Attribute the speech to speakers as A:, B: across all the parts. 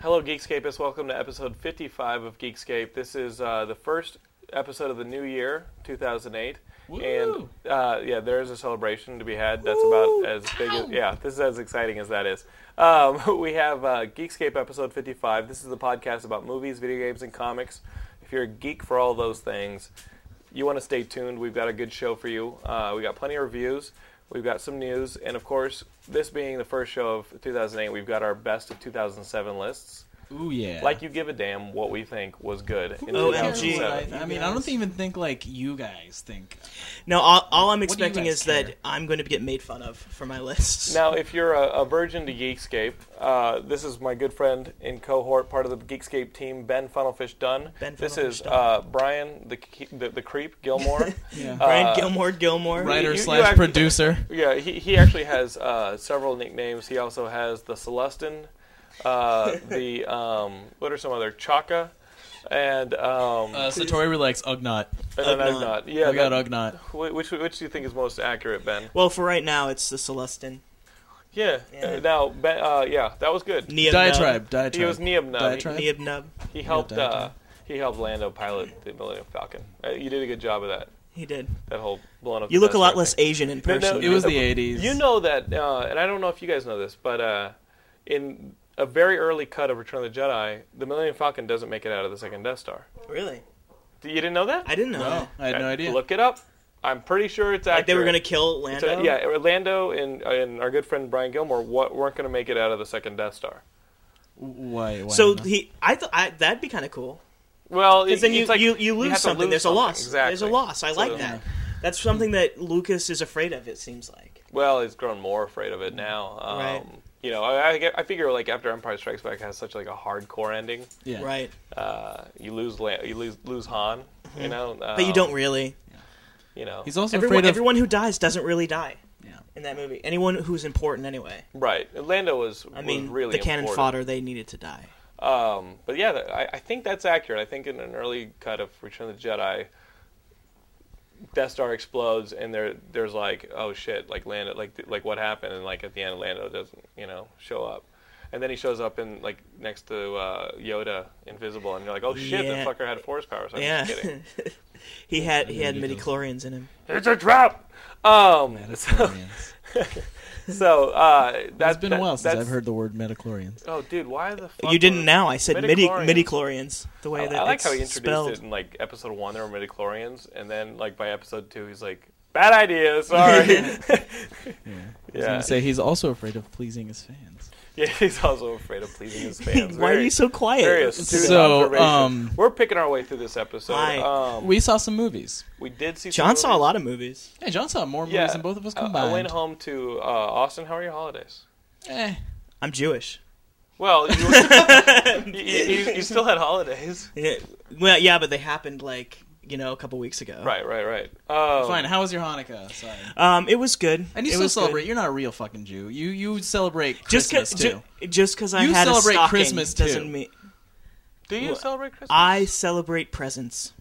A: Hello, Geekscapists. Welcome to episode 55 of Geekscape. This is uh, the first episode of the new year, 2008.
B: Woo!
A: And uh, yeah, there is a celebration to be had. That's
B: Woo!
A: about as big as, yeah, this is as exciting as that is. Um, we have uh, Geekscape episode 55. This is the podcast about movies, video games, and comics. If you're a geek for all those things, you want to stay tuned. We've got a good show for you. Uh, we got plenty of reviews. We've got some news, and of course, this being the first show of 2008, we've got our best of 2007 lists.
B: Ooh yeah.
A: Like you give a damn what we think was good. In
C: OMG.
B: Terrible
A: 2007.
B: life. I mean, I don't even think like you guys think.
C: No, all, all I'm
B: What do you
C: expecting
B: guys
C: is
B: care?
C: that I'm going to get made fun of for my lists.
A: Now, if you're a, a virgin to Geekscape, uh, this is my good friend in cohort, part of the Geekscape team, Ben Funnelfish Dunn.
C: Ben
A: this
C: Funnelfish
A: is
C: Dunn.
A: uh, Brian the, Ke- the the Creep Gilmore.
B: Yeah.
C: Brian
A: uh,
C: Gilmore, Gilmore.
A: Right.
B: Writer
A: you- you
B: slash
A: act-
B: producer.
A: yeah, he, he actually has uh, several nicknames. He also has the Celestin, uh, the um, what are some other Chaka, and um,
B: Uh, Satori relax Ugnot.
A: and then Ugnaught.
C: Ugnaught.
A: Yeah,
B: we got
A: that-
B: Ugnot.
A: wh- which which do you think is most accurate, Ben?
C: Well, for right now, it's the Celestin.
A: Yeah.
C: Yeah.
A: Uh, Now, Ben, uh, yeah, that was good.
C: Neobnub.
B: Diatribe. Diatribe.
A: He was Neobnub.
B: Diatribe.
C: Neobnub.
A: He helped.
B: Yeah,
A: Uh,
B: Diatribe.
A: he helped Lando pilot the Millennium Falcon. Uh, you did a good job of that.
C: He did.
A: That whole blowing up.
C: You
A: the
C: look a lot less
A: Tesseract
C: Asian in
A: thing.
C: person.
B: It was the
A: uh,
B: 80s.
A: You know that, uh, and I don't know if you guys know this, but uh, in a very early cut of Return of the Jedi, the Millennium Falcon doesn't make it out of the second Death Star.
C: really?
A: You didn't know that?
C: I didn't know.
B: No,
C: that.
B: Oh, I had no
A: Okay,
B: idea.
A: Look it up. I'm pretty sure it's accurate.
C: Like they were going to kill Lando.
A: So, yeah, Orlando and, and our good friend Brian Gilmore wa- weren't going to make it out of the second Death Star.
B: Why? why
C: So
B: not?
C: he, I thought I- that'd be kind of cool.
A: Well, it,
C: Because then you,
A: it's like
C: you you lose
A: have to
C: something.
A: lose
C: There's a
A: something.
C: loss.
A: Exactly.
C: There's a loss. I
A: So-
C: like that. That's something that Lucas is afraid of. It seems like.
A: Well, he's grown more afraid of it now. Um,
C: Right.
A: You know, I, I, get- I figure like after Empire Strikes Back has such like a hardcore ending,
B: yeah.
C: Right.
A: uh, you lose La- you lose lose Han. You know, um,
C: Mm-hmm. But you don't really.
A: You know,
B: He's also
C: Everyone,
B: afraid of.
C: everyone who dies doesn't really die
B: Yeah.
C: in that movie. Anyone who's important, anyway.
A: right. Lando was
C: I mean,
A: was really
C: the cannon
A: important.
C: fodder they needed to die.
A: Um, but yeah, that- I, I think that's accurate. I think in an early cut of Return of the Jedi, Death Star explodes, and there there's like, oh shit, like Lando, like like what happened, and like at the end, Lando doesn't, you know, show up, and then he shows up in like next to uh, Yoda, invisible, and you're like, oh shit,
C: Yeah.
A: that fucker had force powers. I'm
C: yeah,
A: just kidding.
C: he had he had midi
B: Ridiculous.
C: chlorians in him.
A: it's a trap. Um,
B: Metachlorians.
A: so uh, that's
B: it's been
A: that-
B: a while since
A: that's-
B: I've heard the word metachlorians.
A: Oh, dude, why the fuck
C: You didn't
A: were-
C: now. I said midi
A: midichlorians.
C: midi chlorians. The way
A: I,
C: that
A: I like
C: it's
A: how he introduced
C: spelled.
A: it in like episode one. There were midichlorians, and then like by episode two, he's like, "Bad idea, sorry."
B: Yeah. I was
A: yeah,
B: gonna say he's also afraid of pleasing his fans.
A: yeah, he's also afraid of pleasing his fans.
C: Why are you so quiet?
A: serious?
B: So, um,
A: we're picking our way through this episode.
C: Hi.
A: Um, we,
B: We saw some movies.
A: did see. some
C: John saw a
A: movies.
C: lot of movies.
B: Yeah, John saw more movies
A: Yeah,
B: than both of us
A: I-
B: combined.
A: I went home to uh, Austin. How are your holidays?
B: Eh,
C: I'm Jewish.
A: Well, you, were- you, you, you still had holidays.
C: Yeah, well, yeah, but they happened like you know a couple weeks ago.
A: Right, right, right. Um,
B: fine. How was your Hanukkah? Sorry.
C: Um, it was good.
B: And you
C: it
B: still
C: was good.
B: celebrate. You're not a real fucking Jew. You you celebrate
C: Just
B: Christmas
C: cause,
B: too.
C: ju- just because I
B: You
C: had
B: celebrate
C: a stocking
B: Christmas, too.
C: doesn't mean
A: Do you
C: Well,
A: celebrate Christmas?
C: I celebrate presents.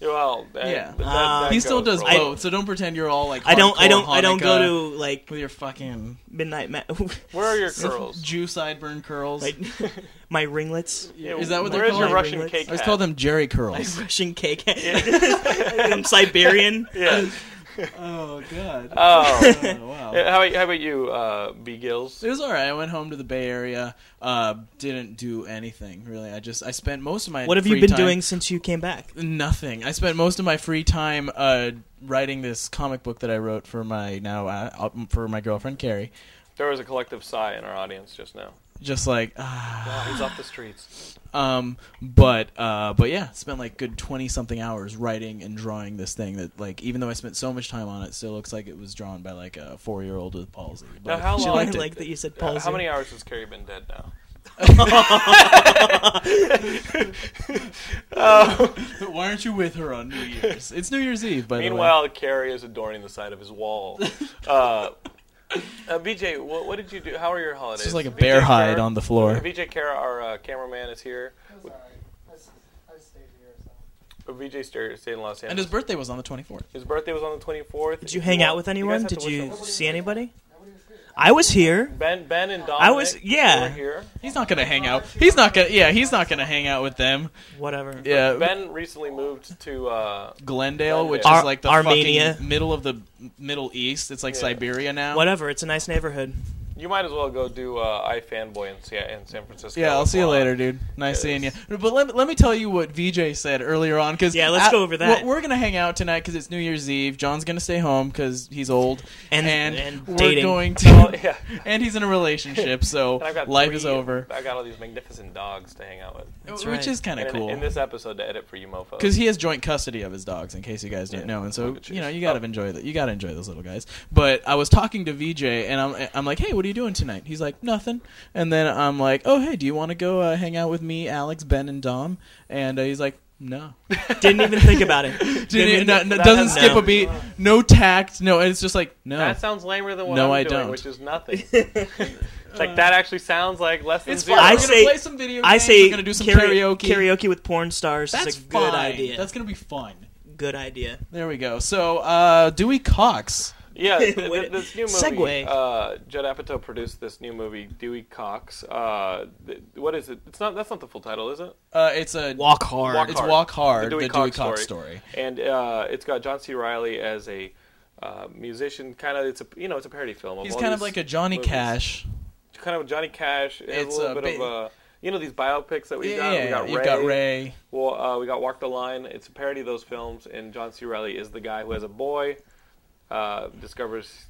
A: Well, that,
B: Yeah.
A: that- that
C: Uh,
B: he
A: goes
B: still does
A: for a lot.
B: both. Oh, so don't pretend you're all like.
C: I don't. I
B: hardcore
C: don't. I don't go
B: Hanukkah
C: to like
B: with your fucking
C: midnight. Ma-
A: Where are your curls?
B: Jew sideburn curls.
C: my, my ringlets.
A: Yeah,
B: Is that what
A: where
B: they're
A: is your
B: called?
A: Russian
C: Ringlets?
A: cake?
B: I always
A: hat?
B: call them Jerry
C: My
B: curls.
C: Russian cake. I'm Siberian.
A: Yeah.
B: oh god.
A: Oh.
B: Oh, wow.
A: Yeah, how, about, how about you, uh, B. Gills?
B: It was all right. I went home to the Bay Area. Uh, didn't do anything really. I just I spent most of my
C: What have you
B: free
C: been
B: time-
C: doing since you came back?
B: Nothing. I spent most of my free time uh, writing this comic book that I wrote for my now uh, for my girlfriend Carrie.
A: There was a collective sigh in our audience just now.
B: Just like ah.
A: Wow, he's off the streets.
B: Um, but uh, but yeah, spent like good twenty something hours writing and drawing this thing that like even though I spent so much time on it, still looks like it was drawn by like a four year old with palsy. But
A: how
B: she
A: long-
C: I
B: liked it.
C: like that you said
A: Uh,
C: palsy.
A: how many hours has Carrie been dead now?
B: Why aren't you with her on New Year's? It's New Year's Eve, by
A: Meanwhile, Carrie is adorning the side of his wall. Uh, uh, BJ, what, what did you do? How are your holidays?
B: the way. It's just like a
A: BJ
B: bear hide
A: Kara-
B: on the floor.
A: BJ Kara, our uh, cameraman, is here.
D: I'm sorry. I s- I stayed here. So.
A: Uh, BJ stayed stayed in Los
B: And his
A: Angeles.
B: birthday was on the twenty fourth.
A: His birthday was on the 24th.
C: Did you hang out with
A: guys
C: anyone?
A: have
C: Did
A: to wish
C: you
A: him-
C: see anybody?
D: Nobody was here.
C: I was here.
A: Ben, Ben, and Dominic.
C: I was- yeah.
A: were here.
B: He's not gonna hang out. He's not gonna. Yeah, he's not gonna hang out with them.
C: Whatever.
B: Yeah,
A: Ben recently moved to. Uh,
B: Glendale, which
A: Ar-
B: is like the
C: Armenia.
B: fucking middle of the Middle East. It's like
A: Yeah.
B: Siberia now.
C: Whatever. It's a nice neighborhood.
A: you might as well go do uh, iFanboy in, Sa- in San Francisco.
B: Yeah, I'll see you
A: Wow.
B: later, dude. Nice
A: Yes.
B: seeing you. But let, let me tell you what VJ said earlier on. Cause
C: Yeah, let's
B: I-
C: go over that.
B: We're, we're gonna hang out tonight because it's New Year's Eve. John's gonna stay home because he's old
C: And-
B: and,
C: and
B: we're
C: dating.
B: going
A: Well,
B: to.
A: Oh, yeah.
B: and he's in a relationship, so
A: And I've got
B: life
A: three-
B: is over,
A: I got all these magnificent dogs to hang out with.
C: That's
B: which
C: right.
B: is kind
A: And
B: of
A: in- In
B: cool.
A: this episode to edit for you mofos.
B: Because he has joint custody of his dogs, in case you guys didn't
A: Yeah,
B: know, and so
A: look at you.
B: you know you gotta
C: Oh.
B: enjoy that. You gotta enjoy those little guys. But I was talking to VJ, and I'm I'm like, hey, what are you doing tonight? He's like, nothing. And then I'm like, oh hey, do you want to go uh, hang out with me, Alex, Ben, and Dom? And uh, he's like, no.
C: Didn't even think about it.
B: Didn't,
C: even-
B: no- no-
A: that
B: doesn't
A: has
B: skip a
C: nothing.
B: beat. No tact. No, it's just like no.
A: That sounds lamer than what
B: No,
A: I'm
B: I
A: doing,
B: don't.
A: which is nothing. It's like that actually sounds like less than
B: it's fine.
A: zero.
B: We're
C: I
B: gonna
C: say-
B: play some video.
C: I
B: games,
C: say
B: we're gonna do some
C: karaoke.
B: karaoke.
C: Karaoke with porn stars
B: That's
C: is a good
B: fine.
C: idea.
B: That's gonna be fun.
C: good idea.
B: There we go. So uh, Dewey Cox.
A: Yeah, th- th-
C: Wait,
A: this new movie.
C: segue.
A: Uh, Judd Apatow produced this new movie, Dewey Cox. Uh, th- what is it? It's not. That's not the full title, is it?
B: Uh, it's a
C: Walk hard.
A: Walk
B: It's
A: Hard.
B: Walk Hard,
A: The Dewey
B: the
A: Cox
B: Dewey Cox
A: story.
B: story.
A: and uh, it's got John C. Riley as a uh, musician. Kind of, it's a you know, it's a parody film.
B: He's kind of like a Johnny Cash.
A: Kind of Johnny Cash. It has
B: It's
A: a little
B: a
A: bit of
B: big-
A: a. You know these biopics that we've
B: Yeah,
A: got. we got
B: you've
A: Ray.
B: got Ray.
A: Well, uh, we got Walk the Line. It's a parody of those films, and John C. Riley is the guy who, as a boy, uh, discovers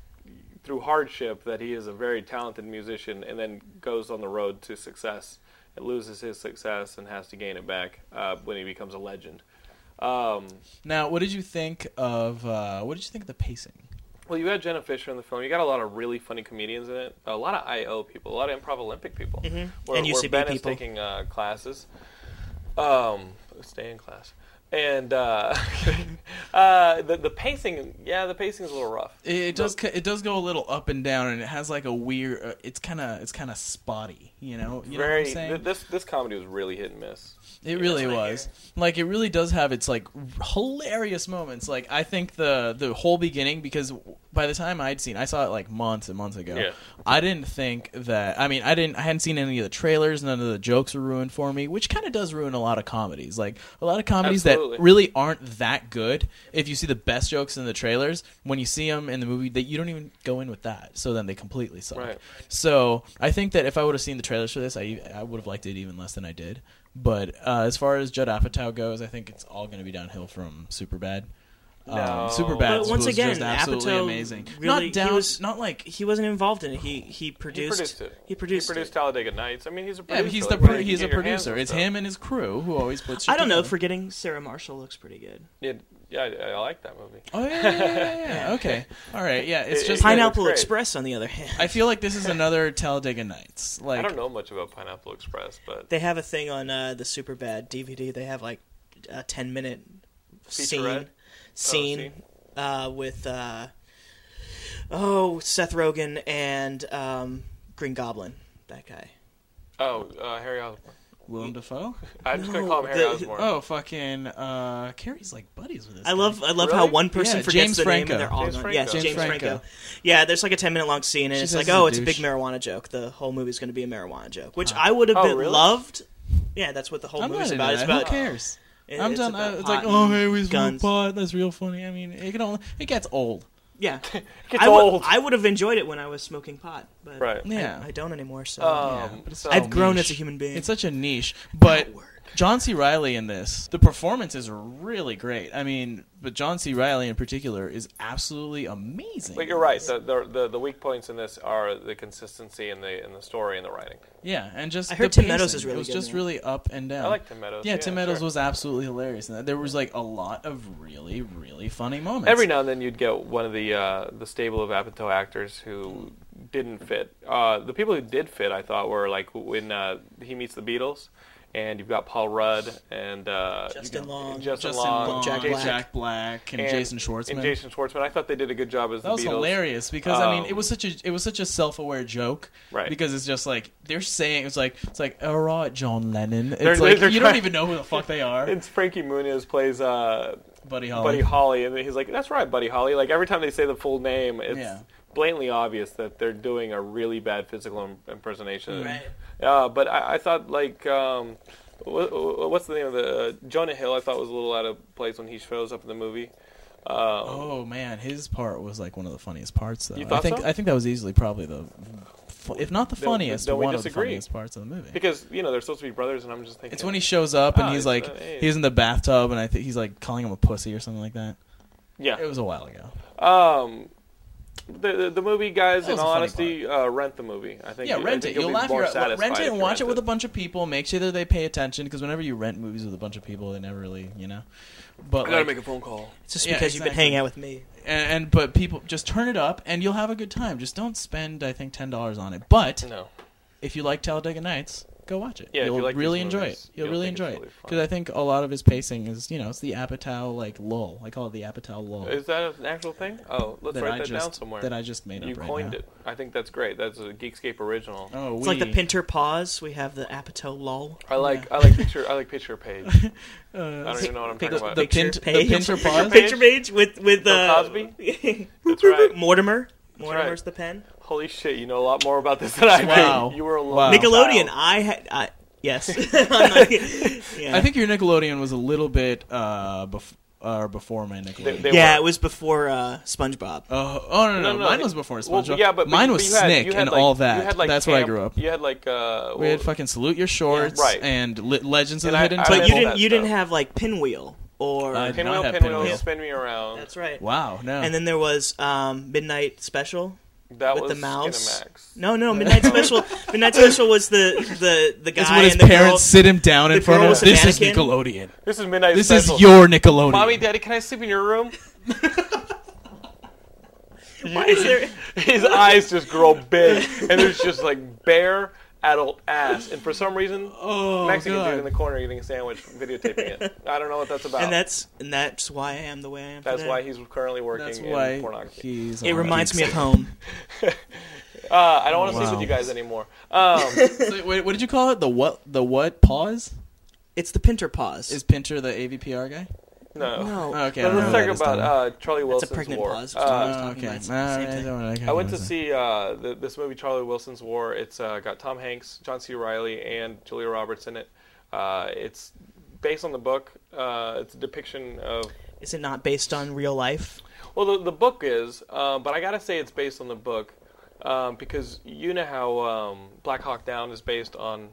A: through hardship that he is a very talented musician, and then goes on the road to success. and loses his success and has to gain it back uh, when he becomes a legend. Um,
B: Now, what did you think of uh, what did you think of the pacing?
A: well, you had Jenna Fisher in the film. You got a lot of really funny comedians in it. A lot of IO people, a lot of improv Olympic people,
B: Mm-hmm.
A: where,
C: And
A: where
C: UCB
A: Ben is
C: people.
A: taking uh, classes. Um, stay in class. And uh, uh, the the pacing, yeah, the pacing is a little rough.
B: It, it does
A: But-
B: ca- it does go a little up and down, and it has like a weird. Uh, it's kind of it's kind of spotty, you know. You know what I'm
A: Very.
B: saying?
A: th- this this comedy was really hit and miss.
B: It really was. Like it really does have its like r- hilarious moments. Like I think the the whole beginning because by the time I'd seen I saw it like months and months ago.
A: Yeah.
B: I didn't think that I mean I didn't I hadn't seen any of the trailers, none of the jokes were ruined for me, which kind of does ruin a lot of comedies. Like a lot of comedies
A: Absolutely.
B: that really aren't that good if you see the best jokes in the trailers, when you see them in the movie that you don't even go in with that. So then they completely suck.
A: Right.
B: So I think that if I would have seen the trailers for this, I I would have liked it even less than I did. But uh, as far as Judd Apatow goes, I think it's all going to be downhill from Superbad.
A: No.
B: Superbad
A: But
B: was
C: once again,
B: just absolutely
C: Apatow
B: amazing.
C: really-
B: not down,
C: he was-
B: not like
C: He wasn't involved in it. He he
A: He
C: produced.
A: produced it.
C: He produced.
A: He produced
C: it.
A: Talladega Nights. I mean, he's a
B: yeah,
A: producer.
B: he's the
A: like,
B: pro-
A: you
B: he's a
A: get your hands
B: producer.
A: on
B: It's
A: stuff.
B: him and his crew who always puts. shit
C: I don't know.
B: together.
C: Forgetting Sarah Marshall looks pretty good.
A: Yeah, yeah, I, I like that movie.
B: Oh yeah, yeah, yeah, yeah, yeah. okay, all right, yeah. It's
A: It-
B: just
A: it-
B: that-
C: Pineapple
A: great.
C: Express, on the other hand,
B: I feel like this is another Talladega Nights. Like
A: I don't know much about Pineapple Express, but
C: they have a thing on uh, the Super Bad DVD. They have like a ten minute
A: Featurette? Oh,
C: scene scene
A: scene.
C: uh, with uh, oh Seth Rogen and um, Green Goblin. That guy.
A: oh, uh, Harry Osborn.
B: Willem Dafoe.
A: I'm just gonna
C: No,
A: call him Harry
C: the-
A: Osborn.
B: Oh fucking uh, Carrie's like buddies with this.
C: I
B: guy.
C: love I love
A: Really?
C: how one person
B: Yeah,
C: forgets
B: James
C: the name
B: Franco.
C: and they're all
A: James
C: gone.
A: Franco.
C: Yes, James,
B: James
C: Franco.
B: Franco.
C: Yeah, there's like a 10 minute long scene and
B: She
C: it's
B: says
C: like,
B: he's a
C: "Oh, it's a big
B: douche.
C: marijuana joke. The whole movie's going to be a marijuana joke," which I would have
A: Oh,
C: been
A: really?
C: loved. Yeah, that's what the whole
B: I'm not
C: movie's
B: into
C: about. It's
B: that.
C: about
B: Who cares?
C: it-
B: I'm
C: it's
B: done.
C: about
B: uh, it's like,
C: pot
B: oh,
C: and
B: hey, we smoke
C: guns.
B: pot. That's real funny. I mean, it can only it gets old.
C: Yeah.
A: gets
C: I would-
A: old.
C: I would have enjoyed it when I was smoking pot, but
A: Right.
B: Yeah.
C: I, I don't anymore, so
A: Um,
B: Yeah, but it's
A: so-
B: so
C: I've grown
B: niche.
C: as a human being.
B: It's such a niche, but
C: word.
B: John C. Riley in this, the performances are really great. I mean, but John C. Riley in particular is absolutely amazing.
A: But you're right. The, the the the weak points in this are the consistency in the in the story and the writing.
B: Yeah, and just
C: I heard
B: the
C: Tim Meadows
B: pacing.
C: is really
B: It was
C: good
B: just
C: in it.
B: really up and down.
A: I like Tim Meadows,
B: Yeah,
A: yeah,
B: Tim Meadows
A: sure.
B: was absolutely hilarious, and there was like a lot of really, really funny moments.
A: Every now and then you'd get one of the uh, the stable of Apatow actors who didn't fit. Uh, the people who did fit, I thought, were like when uh, he meets the Beatles, and you've got Paul Rudd and uh,
C: Justin
A: you
C: Long.
A: Justin,
B: Justin
A: Long,
B: Long,
C: Jack
B: Jack
C: Black.
B: Black, and, Jason Schwartzman.
A: And Jason Schwartzman. I thought they did a good job as
B: That
A: the
B: was
A: Beatles.
B: hilarious because I mean it
A: Um,
B: was such a it was such a self aware joke.
A: Right.
B: Because it's just like they're saying it's like it's like all right John Lennon. It's
A: They're-
B: like
A: they're
B: you
A: trying-
B: don't even know who the fuck they are.
A: It's Frankie Muniz plays uh,
B: Buddy Holly.
A: Buddy Holly, and he's like, "That's right, Buddy Holly." Like every time they say the full name, it's
B: Yeah.
A: blatantly obvious that they're doing a really bad physical im- impersonation.
C: Right.
A: Uh, but I, I thought like. Um, wh- wh- What's the name of the uh, Jonah Hill? I thought was a little out of place when he shows up in the movie. Um,
B: Oh man, his part was like one of the funniest parts, though.
A: You
B: I
A: thought
B: think
A: so?
B: I think that was easily probably the, fu- if not the
A: Don't-
B: funniest,
A: don't we
B: one of the
A: disagree?
B: funniest parts of the movie.
A: Because you know they're supposed to be brothers, and I'm just thinking
B: Oh, it's when he shows up and
A: Ah,
B: he's
A: it's,
B: like
A: uh, hey.
B: he's in the bathtub and I think he's like calling him a pussy or something like that. It
A: yeah.
B: was a while ago.
A: Um, the, the the movie guys,
B: That
A: in
B: was a
A: all
B: funny
A: honesty, uh, rent the movie. I think
B: Yeah,
A: I
B: rent
A: think
B: it. You'll
A: be
B: laugh
A: more
B: your rent
A: satisfied
B: it
A: if
B: and
A: you
B: watch it
A: rent
B: with a bunch of people. Make sure that they pay attention because whenever you rent movies with a bunch of people, they never really you know.
A: I
B: But
A: gotta
B: like,
A: make a phone call.
C: It's just
B: Yeah,
C: because you've been
B: exactly.
C: hanging out with me.
B: and, and but people just turn it up and you'll have a good time. Just don't spend I think ten dollars on it. But
A: No,
B: if you like Talladega Nights, go watch it.
A: Yeah, if
B: you'll
A: you like
B: really
A: these
B: enjoy
A: movies,
B: it. You'll,
A: you'll
B: really
A: think it's
B: enjoy
A: really
B: it
A: fun.
B: because I think a lot of his pacing is you know it's the Apatow like lull. I call it the Apatow lull.
A: is that an actual thing? Oh, let's
B: that
A: write
B: I
A: that
B: just,
A: down somewhere.
B: That I just made
A: you
B: up. right
A: coined
B: now.
A: it. I think that's great. That's a Geekscape original.
B: Oh,
C: It's like the
B: we-
C: Pinter pause. We have the Apatow lol.
A: I like
B: yeah.
A: I like picture I like picture page. I
B: Uh,
A: don't even know what I'm
C: pic-
A: talking about.
B: the pin- the
C: Picture page.
B: pincer pause?
C: Picture page with with
A: Bill
C: uh,
A: Cosby? That's right.
C: Mortimer.
A: right.
C: Mortimer's the pen.
A: Holy shit! You know a lot more about this than I do.
B: Wow.
A: You were a wow.
B: Wow.
C: Nickelodeon. I had. I, yes. I'm not- yeah.
B: I think your Nickelodeon was a little bit uh, bef- uh, before my Nickelodeon.
A: They- they-
C: yeah,
A: were-
C: it was before uh, SpongeBob.
B: oh, oh no, no,
A: No,
B: no,
A: no,
B: Mine
A: it-
B: was before SpongeBob.
A: Well, yeah, but but
B: mine
A: you-
B: was
A: but you had-
B: Snake
A: you had,
B: and
A: like-
B: all that.
A: You had, like,
B: That's where I
A: camp-
B: grew up.
A: You had like uh,
B: we had
A: well,
B: fucking salute your shorts
A: right.
B: and li- Legends
A: And
B: of the
A: I-
B: Hidden
A: I did
C: But
B: Temple.
C: you didn't.
A: that
C: You didn't
A: stuff.
C: have like pinwheel or.
B: I did
A: pinwheel,
B: not have
A: pinwheel,
B: pinwheel.
A: spin me around.
C: that's right.
B: Wow, no.
C: And then there was um, midnight special.
A: that
C: with
A: was
C: the mouse.
A: Skinamax.
C: No, no, midnight special. Midnight special was the the the guy
B: It's when his
C: and the
B: parents
C: girl.
B: sit him down in
C: the
B: front
C: girl
B: of
C: was a
B: this is
C: mannequin.
B: Nickelodeon.
A: This is midnight.
B: This
A: special.
B: is your Nickelodeon.
A: mommy, daddy. Can I sleep in your room?
C: Why is there?
A: His eyes just grow big, and there's just like bare adult ass. And for some reason,
B: oh,
A: Mexican
B: God.
A: dude in the corner eating a sandwich, videotaping it. I don't know what that's about.
C: And that's and that's why I am the way I am.
A: Oh. That's
C: today.
A: why he's currently working
B: That's
A: in
B: why
A: pornography.
B: Oh, he's.
C: It
B: on
C: reminds me of
B: Geeks.
C: home.
A: Uh, I don't want to sleep
B: Wow.
A: with you guys anymore. Um,
B: So, wait, what did you call it? The what? The what? Pause
C: It's the Pinter pause.
B: is Pinter the AVPR guy?
A: no.
C: no.
B: Oh, Okay,
A: But
B: I
A: let's
B: don't know what
A: talk
B: that is,
A: about
B: Tom.
A: uh, Charlie
C: That's a
A: Wilson's
C: pregnant
A: War.
C: pause, which
A: Uh,
C: I was talking
B: okay.
C: about. It's the same
B: Alright,
C: thing.
B: don't worry,
A: I went to
B: can-
A: see uh, th this movie Charlie Wilson's War. It's uh, got Tom Hanks, John C. Riley, and Julia Roberts in it. Uh, it's based on the book. Uh, it's a depiction of
C: Is it not based on real life?
A: well, the, the book is, uh, but I gotta say it's based on the book um, because you know how um, Black Hawk Down is based on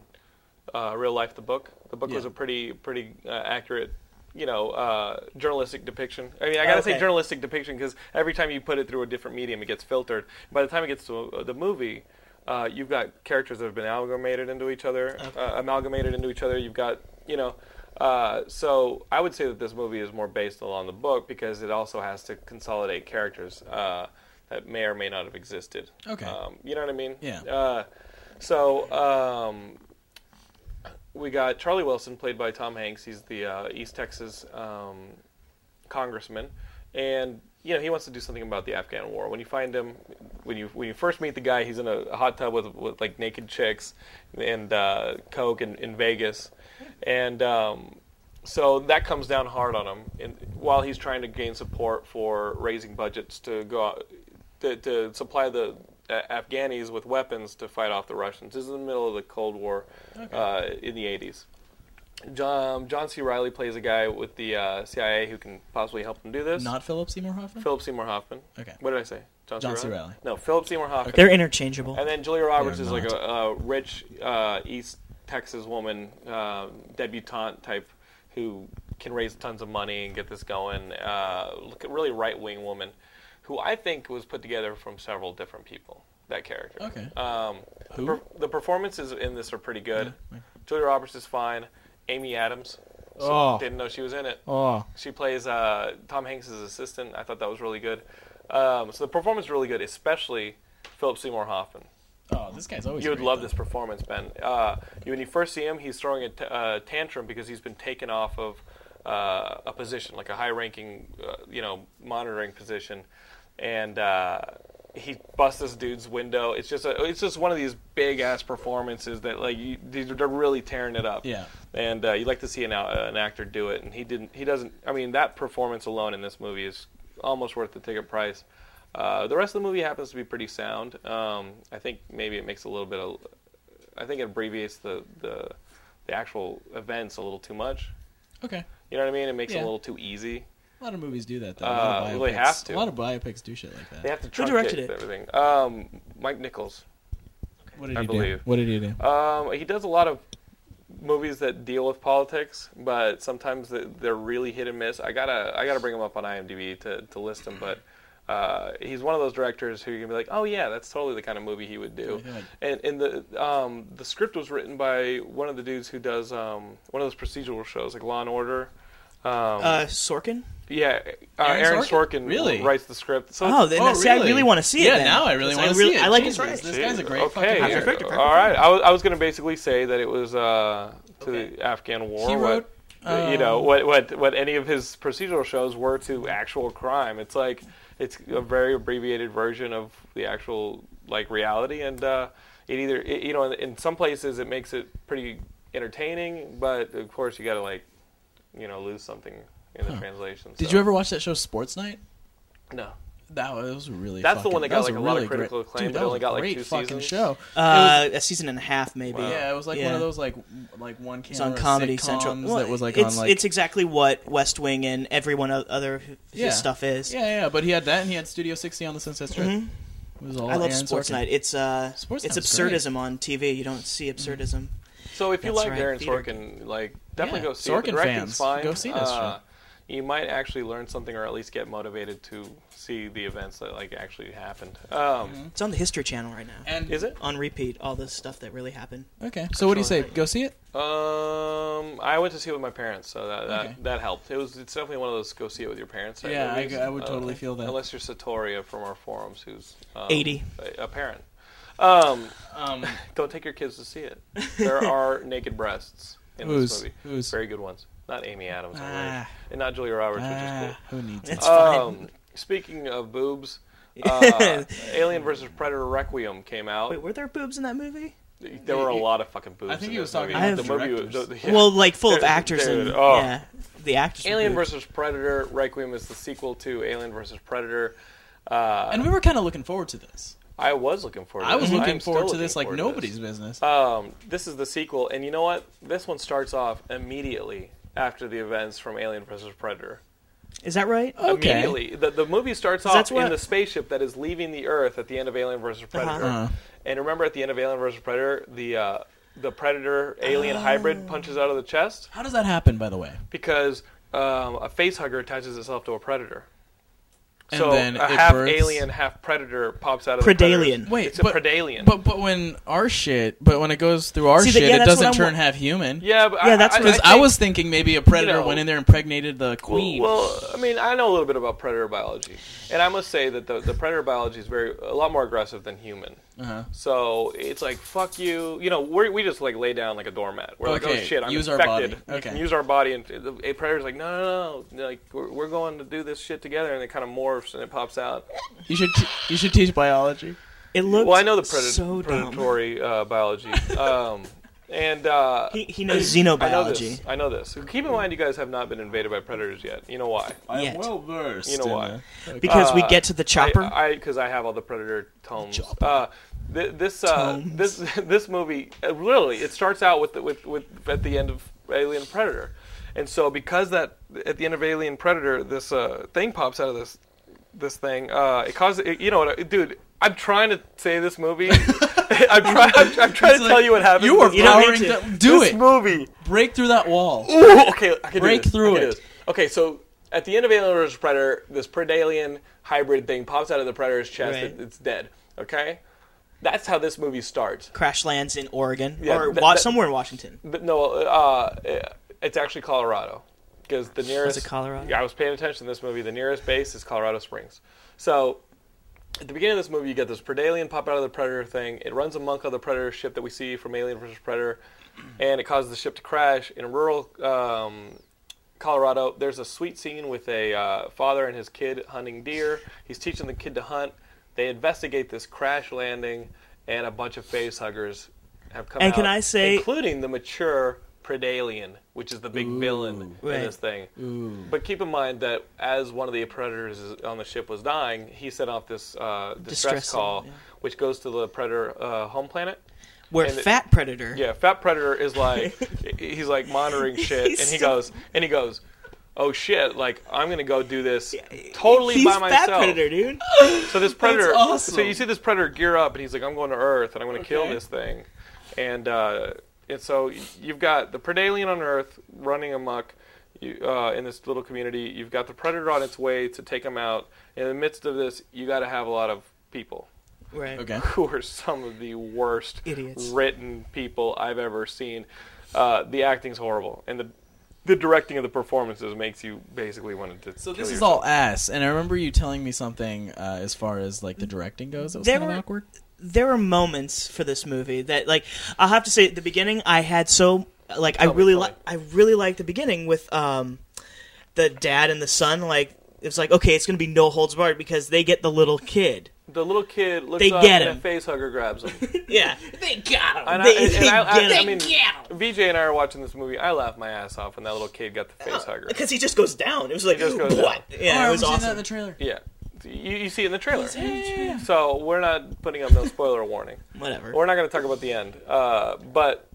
A: uh, real life. The book. The book was
B: Yeah.
A: a pretty pretty uh, accurate. You know, uh, journalistic depiction. I mean, I gotta say
C: Okay.
A: journalistic depiction because every time you put it through a different medium, it gets filtered. By the time it gets to uh, the movie, uh, you've got characters that have been amalgamated into each other. Uh, amalgamated into each other. You've got, you know, uh, so I would say that this movie is more based on the book because it also has to consolidate characters uh, that may or may not have existed.
B: Okay.
A: Um, you know what I mean?
B: Yeah.
A: Uh, so um, we got Charlie Wilson, played by Tom Hanks. He's the uh, East Texas um, congressman, and you know he wants to do something about the Afghan War. When you find him, when you when you first meet the guy, he's in a hot tub with, with like naked chicks and uh, coke in, in Vegas, and um, so that comes down hard on him. And while he's trying to gain support for raising budgets to go out, to, to supply the uh, Afghanis with weapons to fight off the Russians, this is in the middle of the Cold War uh, in the 80s. John, John C. Riley plays a guy with the uh, CIA who can possibly help him do this.
B: Not Philip Seymour Hoffman.
A: Philip Seymour Hoffman.
B: Okay.
A: What did I say?
B: John C. Reilly.
A: No, Philip Seymour Hoffman.
C: They're interchangeable.
A: And then Julia Roberts
B: They're
A: is like
B: not.
A: a, a rich uh, East Texas woman, uh, debutante type, who can raise tons of money and get this going. Uh, look- really right wing woman, who I think was put together from several different people. That character.
B: Okay.
A: Um,
B: Who?
A: The, per- the performances in this are pretty good.
B: Yeah, okay.
A: Julia Roberts is fine. Amy Adams. so-
B: Oh.
A: Didn't know she was in it.
B: oh,
A: She plays uh, Tom Hanks' assistant. I thought that was really good. Um, so the performance is really good, especially Philip Seymour Hoffman.
B: oh, this guy's always.
A: You would
B: great,
A: love
B: though.
A: this performance, Ben. Uh, you- when you first see him, he's throwing a t- uh, tantrum because he's been taken off of uh, a position, like a high-ranking, uh, you know, monitoring position, and uh, he busts this dude's window. It's just a, it's just one of these big-ass performances that like you, they're they're really tearing it up
B: Yeah.
A: and uh, you like to see an, uh, an actor do it, and he didn't. He doesn't. I mean, that performance alone in this movie is almost worth the ticket price. Uh, the rest of the movie happens to be pretty sound. Um, I think maybe it makes a little bit of. I think it abbreviates the the, the actual events a little too much.
B: Okay.
A: You know what I mean? It makes it
B: Yeah.
A: a little too easy.
B: A lot of movies do that, though. A
A: Uh,
B: lot of
A: well, they
B: biopics-
A: have to.
B: A lot of biopics do shit like
A: They
B: that.
A: have to
C: Who
A: truncate
C: directed it?
A: everything. Um, Mike Nichols.
B: What did
A: I
B: he do?
A: believe.
B: What did he do?
A: Um, he does a lot of movies that deal with politics, but sometimes th- they're really hit and miss. I gotta I gotta bring him up on IMDb to, to list him, but uh, he's one of those directors who you can be like, oh yeah, that's totally the kind of movie he would do.
B: Oh, my God.
A: and and the um, the script was written by one of the dudes who does um, one of those procedural shows like Law and Order. Um,
C: Uh, Sorkin.
A: yeah, uh,
B: Aaron
A: Aaron,
B: Sorkin?
A: Sorkin,
B: Really?
A: writes the script. So
C: Oh, then
B: Oh,
C: see, I really want to see it.
B: Yeah,
C: then.
B: now I really
C: Because
B: want to
C: really-
B: see it.
C: I like
B: Jesus,
C: his writing.
B: This guy's a great
A: okay.
B: fucking actor.
C: Perfect, perfect,
A: All right. I was, I was going to basically say that it was uh, to the Afghan War.
B: He
A: what-
B: wrote, um,
A: uh, you know what what what any of his procedural shows were to actual crime. It's like it's a very abbreviated version of the actual like reality, and uh, it either it, you know in, in some places it makes it pretty entertaining, but of course you got to like you know lose something in the
B: Huh.
A: translation.
B: Did
A: so-
B: you ever watch that show Sports Night?
A: No.
B: That was really.
A: That's the
B: fucking-
A: one that got,
B: was
A: like, a lot of
B: really
A: critical
B: great,
A: acclaim,
B: Dude,
A: but
B: that
A: it
B: was
A: only
B: a
A: got, like,
B: great
A: two
B: fucking
A: seasons.
B: show.
C: Uh, a season and a half, maybe.
A: Wow.
B: Yeah, it was like one
C: Yeah.
B: of those like w- like one camera
C: It's on Comedy
B: sitcoms
C: Central.
B: that was like
C: it's,
B: on like
C: it's exactly what West Wing and everyone o- other his
B: Yeah.
C: stuff is.
B: yeah yeah. But he had that and he had Studio 60 on the Sunset Strip.
C: Mhm.
B: It was all
C: I love
B: Aaron
C: Sports
B: Sorkin.
C: Night. It's uh,
B: Sports
C: it's
B: Night's
C: absurdism on TV. You don't see absurdism.
A: So if you
C: That's
A: like
C: right,
A: Aaron
C: theater.
A: Sorkin, like definitely
B: Yeah,
A: go see
B: Sorkin
A: it. The directing's
B: fans,
A: fine.
B: go see this
A: Uh,
B: show.
A: You might actually learn something, or at least get motivated to see the events that like actually happened.
B: Mm-hmm.
A: Um,
C: It's on the History Channel right now.
B: And
A: Is it?
C: on repeat, all this stuff that really happened.
B: okay? So what do you say?
A: Actually,
B: Go see it.
A: Um, I went to see it with my parents, so that that,
B: Okay.
A: that helped. It was it's definitely one of those go see it with your parents. type
B: Yeah, I-
A: movies. Uh,
B: I would totally feel that.
A: Unless you're Satoria from our forums, who's um,
C: 80.
A: a, a parent. Um,
B: Um,
A: don't take your kids to see it. There are naked breasts in
B: Whose?
A: this movie.
B: Whose?
A: Very good ones. Not Amy Adams, I believe.
B: Ah.
A: and not Julia Roberts, which is cool.
B: ah, who needs it?
C: It's fine.
A: Um, speaking of boobs, uh, Alien vs. Predator Requiem came out.
C: Wait, were there boobs in that movie?
A: there were a lot of fucking boobs.
B: I think
A: in
B: he was
A: this
B: talking
A: movie.
C: about
A: the movie.
B: directors.
A: the- the- yeah.
C: Well, like full of
A: Dude,
C: actors and
A: dude, oh.
C: yeah, the actors. were
A: Alien
C: boobs.
A: vs. Predator Requiem is the sequel to Alien vs. Predator. Uh,
B: And we were kind of looking forward to this.
A: I was looking forward. to
B: I was
A: this.
B: looking
A: am
B: forward to
A: still
B: this like
A: looking forward to
B: nobody's
A: this.
B: business.
A: Um, this is the sequel, and you know what? This one starts off immediately after the events from Alien vs. Predator.
C: Is that right?
A: Oh.
B: Okay.
A: immediately. The, the movie starts off
C: that's what-
A: in the spaceship that is leaving the Earth at the end of Alien vs. Predator.
B: Uh-huh.
A: And remember, at the end of Alien vs. Predator, the uh, the Predator alien
B: Oh.
A: hybrid punches out of the chest
B: How does that happen, by the way?
A: because um, a face hugger attaches itself to a Predator.
B: And
A: so
B: then
A: a
B: it
A: half
B: births-
A: alien, half Predator pops out of the Predator.
C: Predalien.
B: Wait,
A: it's
B: but,
A: a Predalien.
B: But but when our shit, but when it goes through our
C: See, that-
B: shit,
C: yeah,
B: it
C: that's what
B: doesn't
C: I'm
B: turn
C: wa-
B: half human.
A: yeah, but I-
C: Yeah, that's
A: I,
C: what-
B: Because I,
A: think-
B: was thinking maybe a predator
A: know-
B: went in there and impregnated the queen.
A: Well, I mean, I know a little bit about predator biology, and I must say that the, the predator biology is very a lot more aggressive than human.
B: Uh-huh.
A: So it's like fuck you, you know. We we just like lay down like a doormat. We're like,
B: Okay,
A: oh shit, I'm
B: use our
A: infected.
B: body.
A: You can
B: Okay.
A: use our body, and the a predator's like, no, no, no, like we're, we're going to do this shit together, and it kind of morphs and it pops out.
B: you should t- you should teach biology.
C: It looked
A: Well, I know the predat-
C: so dumb.
A: predatory uh, biology, um, and uh,
C: He, he knows
A: I know
C: xenobiology.
A: this. I know this. Keep in mind, you guys have not been invaded by predators yet. You know why?
B: I
C: am Yet. well
B: versed.
A: You know in why?
C: Because we
A: Uh,
C: get to the chopper.
A: I because I, have all the Predator tomes.
C: Chopper.
A: Uh, th- this uh,
C: Tomes.
A: this this movie uh, really it starts out with the, with with at the end of Alien Predator, and so because that at the end of Alien Predator this uh, thing pops out of this this thing uh, it causes it, you know what dude I'm trying to say this movie I'm trying I'm, I'm trying to tell you what happens.
B: You are
A: You don't need
B: powering
A: to.
B: down. Do
A: this
B: it.
A: movie.
B: Break through that wall.
A: Ooh, okay, I can
B: Break
A: do this.
B: through
A: I can do
B: it.
A: this. Okay, so at the end of Alien vs. Predator, this Predalien hybrid thing pops out of the Predator's chest.
C: Right.
A: It, it's dead. Okay, that's how this movie starts.
C: Crash lands in Oregon
A: Yeah,
C: or
A: that-
C: wa-
A: that-
C: somewhere in Washington.
A: But no, uh, it's actually Colorado because the nearest.
C: it Colorado?
A: Yeah, I was paying attention to this movie. The nearest base is Colorado Springs. So at the beginning of this movie, you get this Predalien pop out of the Predator thing. It runs amok of the Predator ship that we see from Alien vs. Predator, and it causes the ship to crash in rural um, Colorado. There's a sweet scene with a uh, father and his kid hunting deer. He's teaching the kid to hunt. They investigate this crash landing, and a bunch of face huggers have come
C: And
A: out,
C: can I say-
A: including the mature Predalien, which is the big villain
C: Right.
A: in this thing. But keep in mind that as one of the predators is- on the ship was dying, he set off this uh, distress,
C: Distress
A: call,
C: signal, yeah.
A: which goes to the predator uh, home planet.
C: Where
A: And it-
C: Fat Predator.
A: Yeah, Fat Predator is like he's like monitoring shit,
C: He's
A: and he
C: so-
A: goes and he goes, "Oh shit! Like I'm gonna go do this totally by myself."
C: Fat Predator, dude.
A: So this predator,
B: awesome.
A: so you see this predator gear up, and he's like, "I'm going to Earth, and I'm going to kill
B: Okay.
A: this thing," and uh, and so you've got the predalien on Earth running amok. You, uh, in this little community, you've got the predator on its way to take him out. In the midst of this, you got to have a lot of people
C: Right.
B: Okay.
A: who are some of the worst
C: Idiots.
A: written people I've ever seen. Uh, the acting's horrible, and the the directing of the performances makes you basically want to.
B: So
A: kill
B: this is
A: yourself.
B: all ass, and I remember you telling me something uh, as far as like the directing goes. That was
C: There
B: kind of
C: were-
B: awkward.
C: there were moments for this movie that like I'll have to say at the beginning I had so like I
A: Tell me,
C: really
A: tell
C: like
A: me.
C: I really liked the beginning with um the dad and the son like it was like okay it's going to be no holds barred because they get the little kid.
A: The little kid looks
C: They
A: up
C: get
A: and
C: him.
A: a face hugger grabs him.
C: Yeah.
E: They got him.
A: And
C: They-
A: I, and,
C: they
A: I, I-
C: get
A: I
C: him.
A: mean,
E: Yeah.
A: VJ and I are watching this movie. I laughed my ass off when that little kid got the face hugger.
C: Because he just goes down. It was like
A: He just goes
C: what?
A: down.
C: Yeah,
B: I
C: it was
B: seeing that in
C: awesome.
B: the trailer.
A: Yeah, you, you see it in the trailer. So we're not putting up no spoiler warning.
C: Whatever.
A: We're not going to talk about the end, uh, but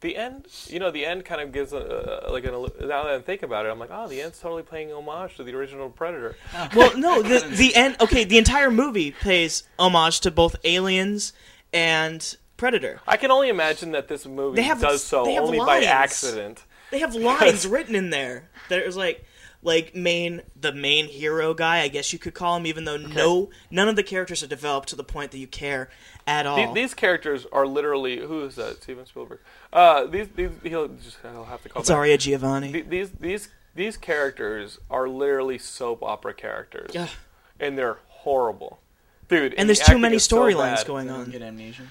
A: the end, you know, the end kind of gives a, a, like an. illu- Now that I think about it, I'm like, oh, the end's totally playing homage to the original Predator.
C: well, no, the the end okay, the entire movie pays homage to both Aliens and Predator.
A: I can only imagine that this movie
C: They have-
A: does so
C: they have
A: only by
C: lines.
A: accident.
C: They have lines written in there. There's like like main the main hero guy, I guess you could call him, even though no none of the characters are developed to the point that you care at all.
A: The- These characters are literally who is that? Steven Spielberg. Uh, these, these he'll just he'll have to call.
C: it's
A: back.
C: Aria Giovanni.
A: Th- these these these characters are literally soap opera characters.
C: Yeah.
A: And they're horrible. Dude,
C: and there's
A: the
C: too
A: acting
C: many
A: is so
C: storylines
A: bad.
C: going
B: They don't
C: on.
B: Get amnesia.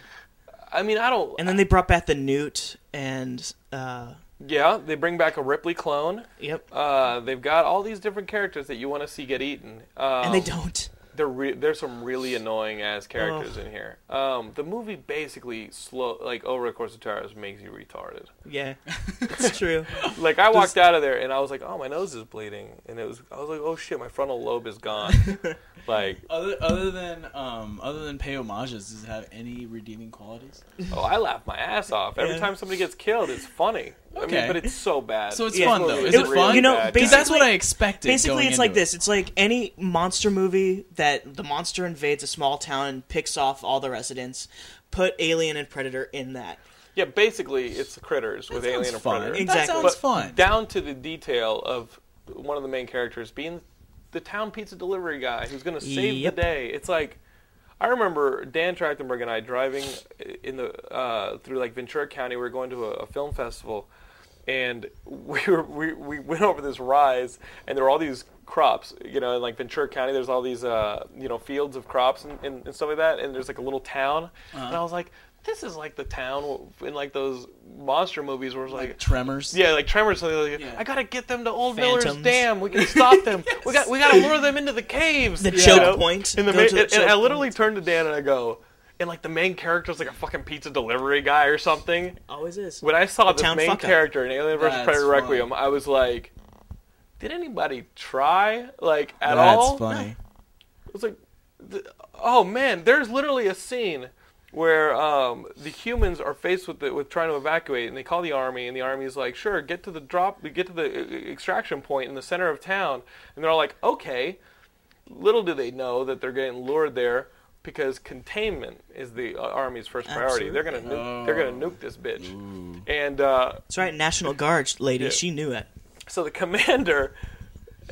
A: I mean, I don't
C: And then they brought back the Newt and uh
A: Yeah, they bring back a Ripley clone.
C: yep.
A: Uh, they've got all these different characters that you want to see get eaten. Um,
C: and they
B: Oh.
C: don't.
A: They're re- there's some really annoying ass characters in here. Um, the movie basically slow like over the course of two hours makes you retarded.
C: Yeah. it's true.
A: Like I walked out of there and I was like, oh my nose is bleeding, and it was I was like, oh shit, my frontal lobe is gone. like
B: Other other than um other than pay homages, does it have any redeeming qualities?
A: Oh, I laugh my ass off every
C: Yeah.
A: time somebody gets killed. It's funny. I mean,
B: Okay.
A: but it's so bad.
B: So it's
C: Yeah.
B: fun though. Is
A: It-
B: it, fun?
A: you know,
B: Because
A: basically-
B: that's what I expected.
C: Basically,
B: going
C: it's like
B: into it.
C: this. It's like any monster movie that the monster invades a small town and picks off all the residents. Put Alien and Predator in that.
A: yeah, basically it's critters with
B: That sounds
A: alien and
B: fun.
A: predator.
B: That
C: Exactly.
B: sounds
A: But
B: fun.
A: Down to the detail of one of the main characters being the town pizza delivery guy who's going to save
C: Yep.
A: the day. It's like I remember Dan Trachtenberg and I driving in the uh, through like Ventura County. We were going to a, a film festival, and we were we, we went over this rise, and there were all these crops. You know, in like Ventura County, there's all these uh, you know fields of crops and, and, and stuff like that. And there's like a little town, and
B: Uh-huh.
A: I was like. This is like the town in like those monster movies where it's like,
B: like tremors.
A: yeah, like Tremors. Something like,
B: Yeah.
A: I gotta get them to Old Miller's
C: Phantoms.
A: Dam. We can stop them. We got we gotta lure them into the caves.
C: The
A: you
C: choke
A: know?
C: point.
A: And, the
C: Go
A: main,
C: to the
A: and, and I
C: choke
A: literally turned to Dan and I go, and like the main character's like a fucking pizza delivery guy or something.
C: Always is.
A: When I saw
C: The
A: this
C: town
A: main
C: fuck up.
A: character in Alien vs
B: That's
A: Predator
B: funny.
A: Requiem, I was like, did anybody try like at
B: that's
A: all?
B: funny.
A: It was like, th- oh man, there's literally a scene where um, the humans are faced with the, with trying to evacuate, and they call the army, and the army is like, sure, get to the drop, get to the uh, uh, extraction point in the center of town, and they're all like, okay. Little do they know that they're getting lured there because containment is the uh, army's first priority. They're gonna nuke, they're gonna nuke this bitch, and uh,
C: That's right, National Guard lady.
A: Yeah.
C: She knew it.
A: so the commander,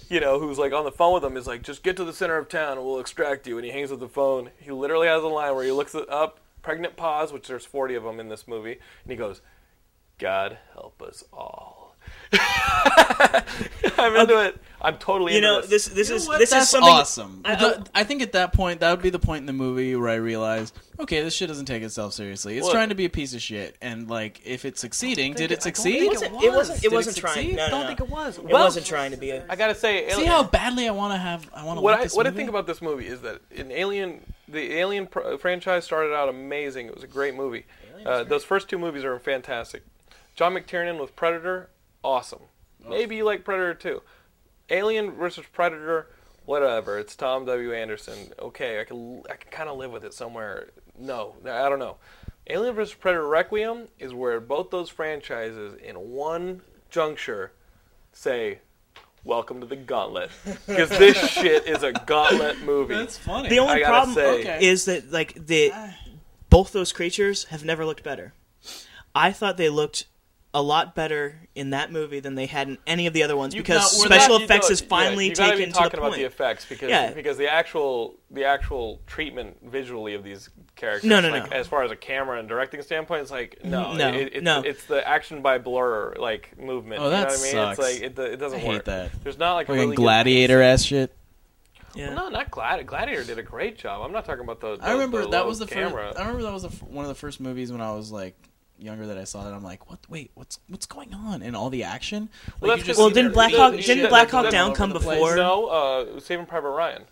A: you know, who's like on the phone with him, is like, just get to the center of town and we'll extract you. And he hangs up the phone. He literally has a line where he looks it up, pregnant pause, which there's 40 of them in this movie, and he goes, God help us all. I'm into it. I'm totally
C: You
A: into
C: know,
A: this.
C: this this
B: You know
C: is
B: what?
C: this
B: That's
C: is something
B: awesome.
C: I-
B: The-
C: I-
B: I think at that point, that would be the point in the movie where I realized, okay, this shit doesn't take itself seriously. It's
A: Well-
B: trying to be a piece of shit, and like, if it's succeeding, did it
A: it- I don't
B: succeed?
A: think
C: It wasn't.
A: It
C: It
A: was.
C: wasn't.
B: Did
C: It
B: it
C: wasn't trying.
B: succeed?
C: No,
A: I
C: no,
A: don't
C: no.
A: think it was.
C: It wasn't trying to be a.
A: I gotta say,
B: See
A: Alien-
B: how badly I want to have. I want to.
A: what
B: like
A: I
B: this
A: what I
B: movie?
A: think about this movie is that in Alien, the Alien Uh, pr- franchise started out amazing. It was a great movie. Uh, those first two movies are fantastic. John McTiernan with Predator, awesome. Maybe you like Predator too. Alien versus Predator, whatever. It's Tom W. Anderson. Okay, I can I can kind of live with it somewhere. No, no, I don't know. Alien versus Predator Requiem is where both those franchises in one juncture say, "Welcome to the Gauntlet," because this shit is a Gauntlet movie.
B: That's funny.
C: The only
A: gotta
C: problem
A: say-
B: Okay.
C: is that like the both those creatures have never looked better. I thought they looked a lot better in that movie than they had in any of the other ones because
B: now, we're
C: special
B: not-
C: effects
A: No,
C: is finally
A: yeah, you gotta
C: taken
A: be
C: to
A: talking
C: the
A: about
C: point.
A: the effects because
C: Yeah.
A: because the actual the actual treatment visually of these characters
C: No, no,
A: like,
C: no.
A: as far as a camera and directing standpoint it's like no
C: No,
A: it, it's,
C: no.
A: it's the action by blur like movement
B: Oh,
A: you know
B: that
A: what I mean
B: sucks.
A: it's like it, it doesn't
B: I hate
A: work
B: that.
A: there's not like a
B: Fucking
A: really good-
B: gladiator ass shit.
C: Yeah.
A: no not Gladiator Gladiator did a great job I'm not talking about the, the
B: I remember
A: the
B: that
A: low
B: was the
A: camera
B: first. I remember that was the, f- one of the first movies when I was like younger that I saw that I'm like, what? Wait, what's what's going on? And all the action. Like,
A: Well, that's
B: you
A: 'cause
B: just
C: Well,
B: see
C: didn't
B: the-
C: Black
B: the
C: Hawk-
B: shit
C: didn't
B: that's
C: Black Hawk
B: all
C: Down
B: over
C: come
B: the place.
C: before?
A: no uh, Saving Private Ryan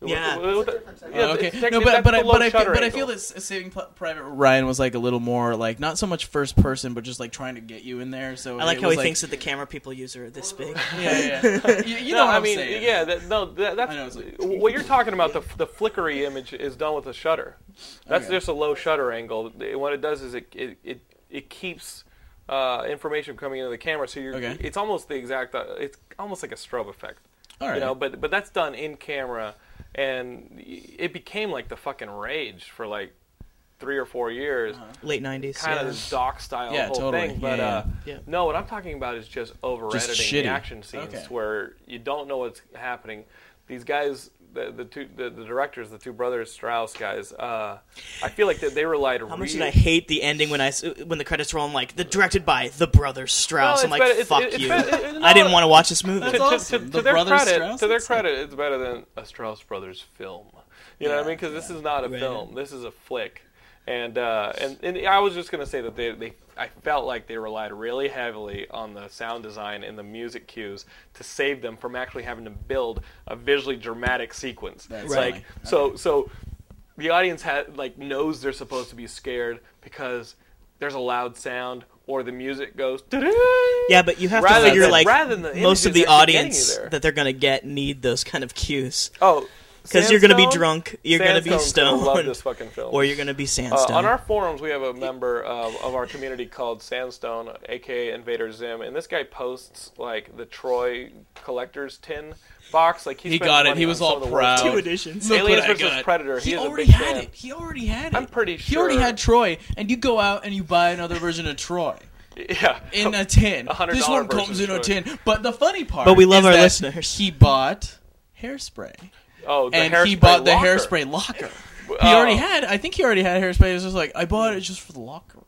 C: Yeah.
A: With- with- yeah,
B: Oh, okay.
A: it's technically-
B: No, but
A: that's
B: but I,
A: below
B: but I
A: shutter
B: feel, but I
A: angle.
B: feel that S- Saving Pl- Private Ryan was like a little more like not so much first person, but just like trying to get you in there. So
C: I like
B: it
C: how
B: was
C: he thinks that the camera people use are this big.
B: Yeah, yeah, yeah. you, you know
A: no,
B: what
A: I
B: I'm
A: mean,
B: saying.
A: yeah, that, no, that, that's
B: I know, it's like-
A: what you're talking about. The the flickery image is done with a shutter. That's
B: Okay.
A: just a low shutter angle. It- What it does is it it it, it keeps uh, information coming into the camera, so you're
B: Okay.
A: it's almost the exact. Uh, it's almost like a strobe effect.
B: All right.
A: You know, but but that's done in camera, and y- it became like the fucking rage for like three or four years
B: Uh-huh.
C: Late '90s.
A: kind of
C: yeah.
A: this doc style
B: Yeah,
A: whole
B: totally.
A: thing. But
B: Yeah,
A: uh,
C: yeah. Yeah.
A: no, what I'm talking about is just over
B: Just
A: editing
B: shitty.
A: the action scenes
B: Okay.
A: where you don't know what's happening. These guys, the the two the, the directors, the two brothers Strauss guys, uh, I feel like that they relied.
C: How much did I hate the ending when I s- uh, when the credits roll? I'm like, the directed by the brothers Strauss.
A: No, it's
C: I'm like,
A: better- it's-
C: fuck
A: it's
C: you.
A: better- it-
C: I didn't
A: no.
C: want to watch this movie.
A: to, to-
B: awesome.
A: to,
B: The
A: their
B: brothers
A: credit,
B: Strauss,
A: to their
B: that's sick.
A: credit, it's better than a Strauss brothers film. You know what I mean? Because this is not a
C: Right.
A: film. This is a flick. And uh, and and I was just gonna say that they, they I felt like they relied really heavily on the sound design and the music cues to save them from actually having to build a visually dramatic sequence.
B: That's
A: like
B: funny.
A: so so the audience had like knows they're supposed to be scared because there's a loud sound or the music goes.
C: Yeah, but you have
A: Rather
C: to figure
A: than-
C: like
A: rather than the
C: most of the
A: images actually getting you
C: audience
A: there.
C: that they're gonna get need those kind of cues
A: Oh,
C: because you're gonna be
A: Sandstone?
C: drunk, you're gonna be
A: Sandstone's gonna
C: stoned,
A: love this fucking film.
C: or you're gonna be
A: Uh,
C: sandstone.
A: on our forums, we have a member of, of our community called Sandstone, aka Invader Zim, and this guy posts like the Troy collector's tin box. Like
B: He got it. He was all proud.
C: Two editions.
B: Look
A: Aliens
B: what I
A: versus
B: got.
A: Predator. He
B: He
A: is a
B: already
A: big
B: had
A: fan.
B: it. He already had it.
A: I'm pretty
B: He already
A: sure-
B: had Troy, and you go out and you buy another version of Troy
A: Yeah.
B: in a tin.
A: A hundred
B: This
A: dollar
B: one comes
A: version
B: in
A: of
B: a
A: Troy.
B: tin. But the funny part,
C: But we love
B: is
C: our
B: that
C: listeners.
B: He bought hairspray,
A: oh, the
B: and
A: hairspray
B: he bought the
A: locker.
B: hairspray locker. He
A: Oh.
B: already had. I think he already had hairspray. It was just like I bought it just for the locker.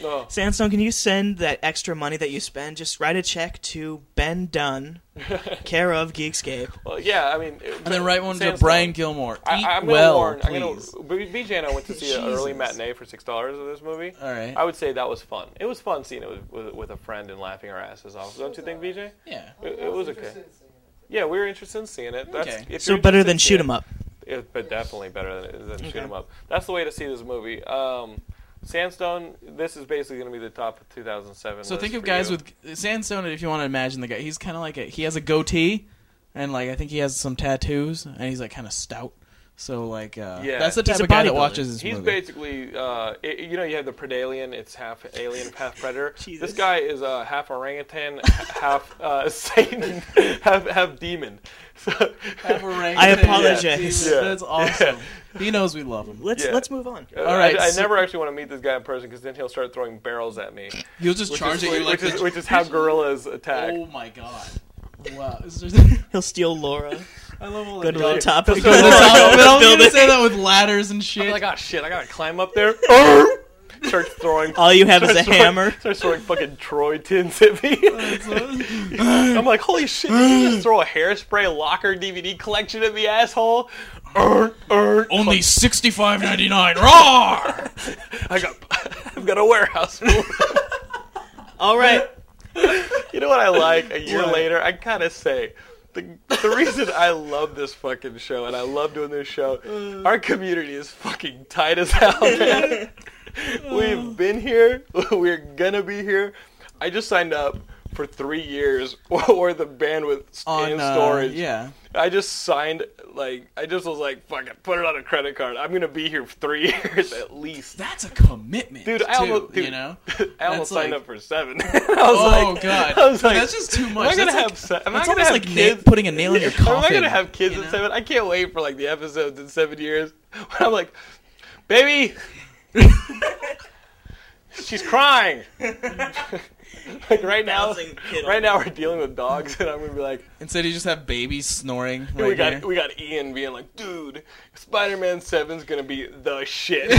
A: Oh.
C: Sandstone, can you send that extra money that you spend? Just write a check to Ben Dunn, care of Geekscape.
A: Well, yeah. I mean,
B: And then right one to
A: Sandstone.
B: Brian Gilmore. Eat
A: I, I'm
B: well,
A: gonna warn.
B: please.
A: I'm gonna. B- BJ and I went to see an early
B: Jesus.
A: matinee for six dollars of this movie.
B: All right.
A: I would say that was fun. It was fun seeing it with, with, with a friend and laughing our asses off. Don't you think, BJ?
B: Yeah.
A: It, it was okay.
D: interested in seeing it.
A: Yeah, we were interested in seeing it. That's,
B: Okay.
A: if
C: So
A: you're
C: better
A: interested
C: than
A: in
C: shoot
A: seeing
C: 'em up.
A: It, but definitely better than, than shoot
C: Okay.
A: 'em up. That's the way to see this movie. Um, Sandstone. This is basically going to be the top of 2007.
B: So
A: list
B: think of
A: for
B: guys
A: you.
B: with sandstone. If you want to imagine the guy, he's kind of like a he has a goatee, and like I think he has some tattoos, and he's like kind of stout. So like uh,
A: Yeah.
B: that's the
C: He's
B: type
C: a
B: of guy
C: bodybuilder.
B: that watches this
A: He's
B: movie.
A: basically, uh, i you know, you have the Predalien. It's half alien, half predator.
C: Jesus.
A: This guy is uh, half orangutan, half uh, Satan, half half demon. So,
C: I apologize.
A: Yeah.
B: That's awesome. He knows we love him.
C: Let's
A: Yeah.
C: let's move on.
A: All
B: right,
A: I, I
B: so-
A: never actually want to meet this guy in person because then he'll start throwing barrels at me,
B: He'll just
A: which,
B: charge
A: is,
B: at you like
A: which, is,
B: this.
A: which is how gorillas attack.
B: Oh my god! Wow. It's just-
C: He'll steal Laura.
B: I love all
C: Go
B: that.
C: to the top of the
B: But I'm
C: building.
B: gonna say that with ladders and shit.
A: I'm like, oh shit, I gotta climb up there.
B: Oh!
A: starts throwing.
C: All you have is
A: starts
C: a
A: throwing-
C: hammer.
A: Starts throwing fucking Troy tins at me. I'm like, holy shit, did you just throw a hairspray locker DVD collection at me, asshole? Err, err.
B: Only sixty five ninety nine. Roar!
A: I got, I've got a warehouse.
C: All right.
A: you know what I like? A year
B: What?
A: later, I kind of say. The, the reason I love this fucking show and I love doing this show,
B: Uh.
A: our community is fucking
B: Oh.
A: tight as hell. man. We've been here. We're gonna be here. I just signed up for three years or the bandwidth
B: on
A: in
B: uh,
A: storage.
B: yeah.
A: I just signed like I just was like, fuck it, put it on a credit card. I'm gonna be here for three years at least.
B: That's a commitment,
A: Dude, I
B: too,
A: almost dude,
B: you know.
A: I almost
B: That's
A: signed
B: like-
A: up for seven. I was
B: Oh
A: like,
B: god,
A: I was like,
B: that's just too
A: am
B: much.
A: I gonna
B: That's like-
A: have se- am I
B: that's
A: gonna
B: almost
A: have
B: like na-
A: kids?
B: putting a nail in your
A: I'm not
B: coffin,
A: gonna have kids
B: you
A: at
B: know?
A: seven. I can't wait for like the episodes in seven years. I'm like, baby, she's crying. like right now,
C: Bouncing kid
A: right
C: on
A: now we're dealing with dogs, and I'm gonna be like,
B: Instead, you just have babies snoring. Right
A: we got
B: here.
A: we got Ian being like, dude, Spider-Man Seven's gonna be the shit.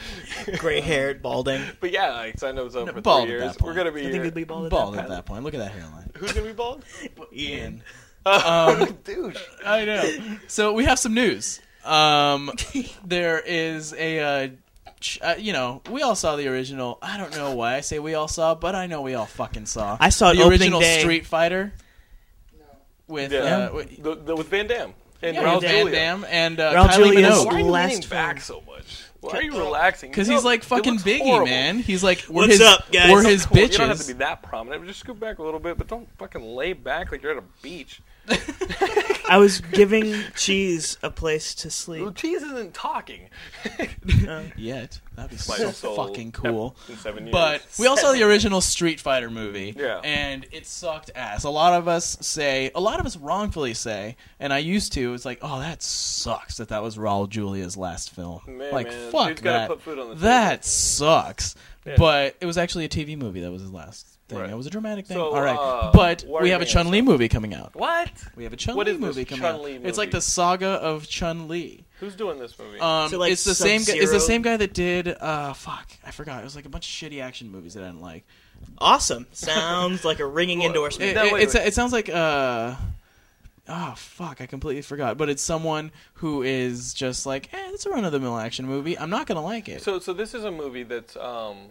C: Gray haired, balding.
A: but yeah, I signed us up for
B: bald
A: three
B: at
A: years.
B: that
A: We're
B: point.
A: gonna be
C: I think
A: here.
C: it'd be bald.
B: bald at that point. Look at that hairline.
A: Who's gonna be bald?
C: Ian.
A: Um, douche.
B: I know. So we have some news. Um, there is a, uh, ch- uh, you know, we all saw the original. I don't know why I say we all saw, but I know we all fucking saw.
C: I saw it
B: the
C: opening
B: original
C: day.
B: Street Fighter
D: No.
B: with
A: Yeah.
B: uh, with-
A: The, the, with Van Damme and
B: yeah,
A: Raul
B: with Van
A: Julia.
B: Damme and uh,
C: Raul
B: Kylie
C: Julia's-
B: Minogue.
A: Why are you
C: Last
A: leaning back
C: film.
A: so much? Why are you relaxing?
B: Because
A: You
B: he's
A: look-
B: like
A: it
B: fucking
A: looks
B: Biggie,
A: horrible.
B: man. He's like we're
C: What's
B: his
C: up, guys?
B: we're his
A: Cool,
B: bitches.
A: You don't have to be that prominent. Just scoot back a little bit, but don't fucking lay back like you're at a beach.
C: I was giving Cheese a place to
A: Well,
C: sleep.
A: cheese isn't talking.
B: Yet that'd be
A: My
B: so
A: soul.
B: fucking cool.
A: In seven years.
B: But we all saw the original Street Fighter movie,
A: Yeah.
B: and it sucked ass. A lot of us say, a lot of us wrongfully say, and I used to. It's like, oh, that sucks that that was Raul Julia's last film.
A: Man,
B: like,
A: man,
B: fuck
A: dude's gotta
B: that.
A: put food on the table.
B: that sucks. But it was actually a TV movie that was his last thing.
A: Right.
B: It was a dramatic thing.
A: So,
B: all right,
A: uh,
B: but
A: why are
B: we
A: you
B: have a
A: bringing
B: Chun Li
A: this
B: movie coming out.
A: What?
B: We have a Chun
A: What
B: Li
A: is this
B: movie coming out.
A: Chun-Li
B: It's like
A: movie?
B: the saga of Chun Li.
A: Who's doing this movie?
B: Um,
C: So, like,
B: it's the same. Guy, it's the
C: Sub-Zero?
B: same guy that did. Uh, fuck, I forgot. It was like a bunch of shitty action movies that I didn't like.
C: Awesome. Sounds like a ringing
B: It,
C: endorsement.
A: No,
B: it-
A: wait,
B: it's,
A: wait.
B: it sounds like uh oh fuck i completely forgot but it's someone who is just like eh it's a run-of-the-mill action movie i'm not gonna like it
A: so, so this is a movie that's um,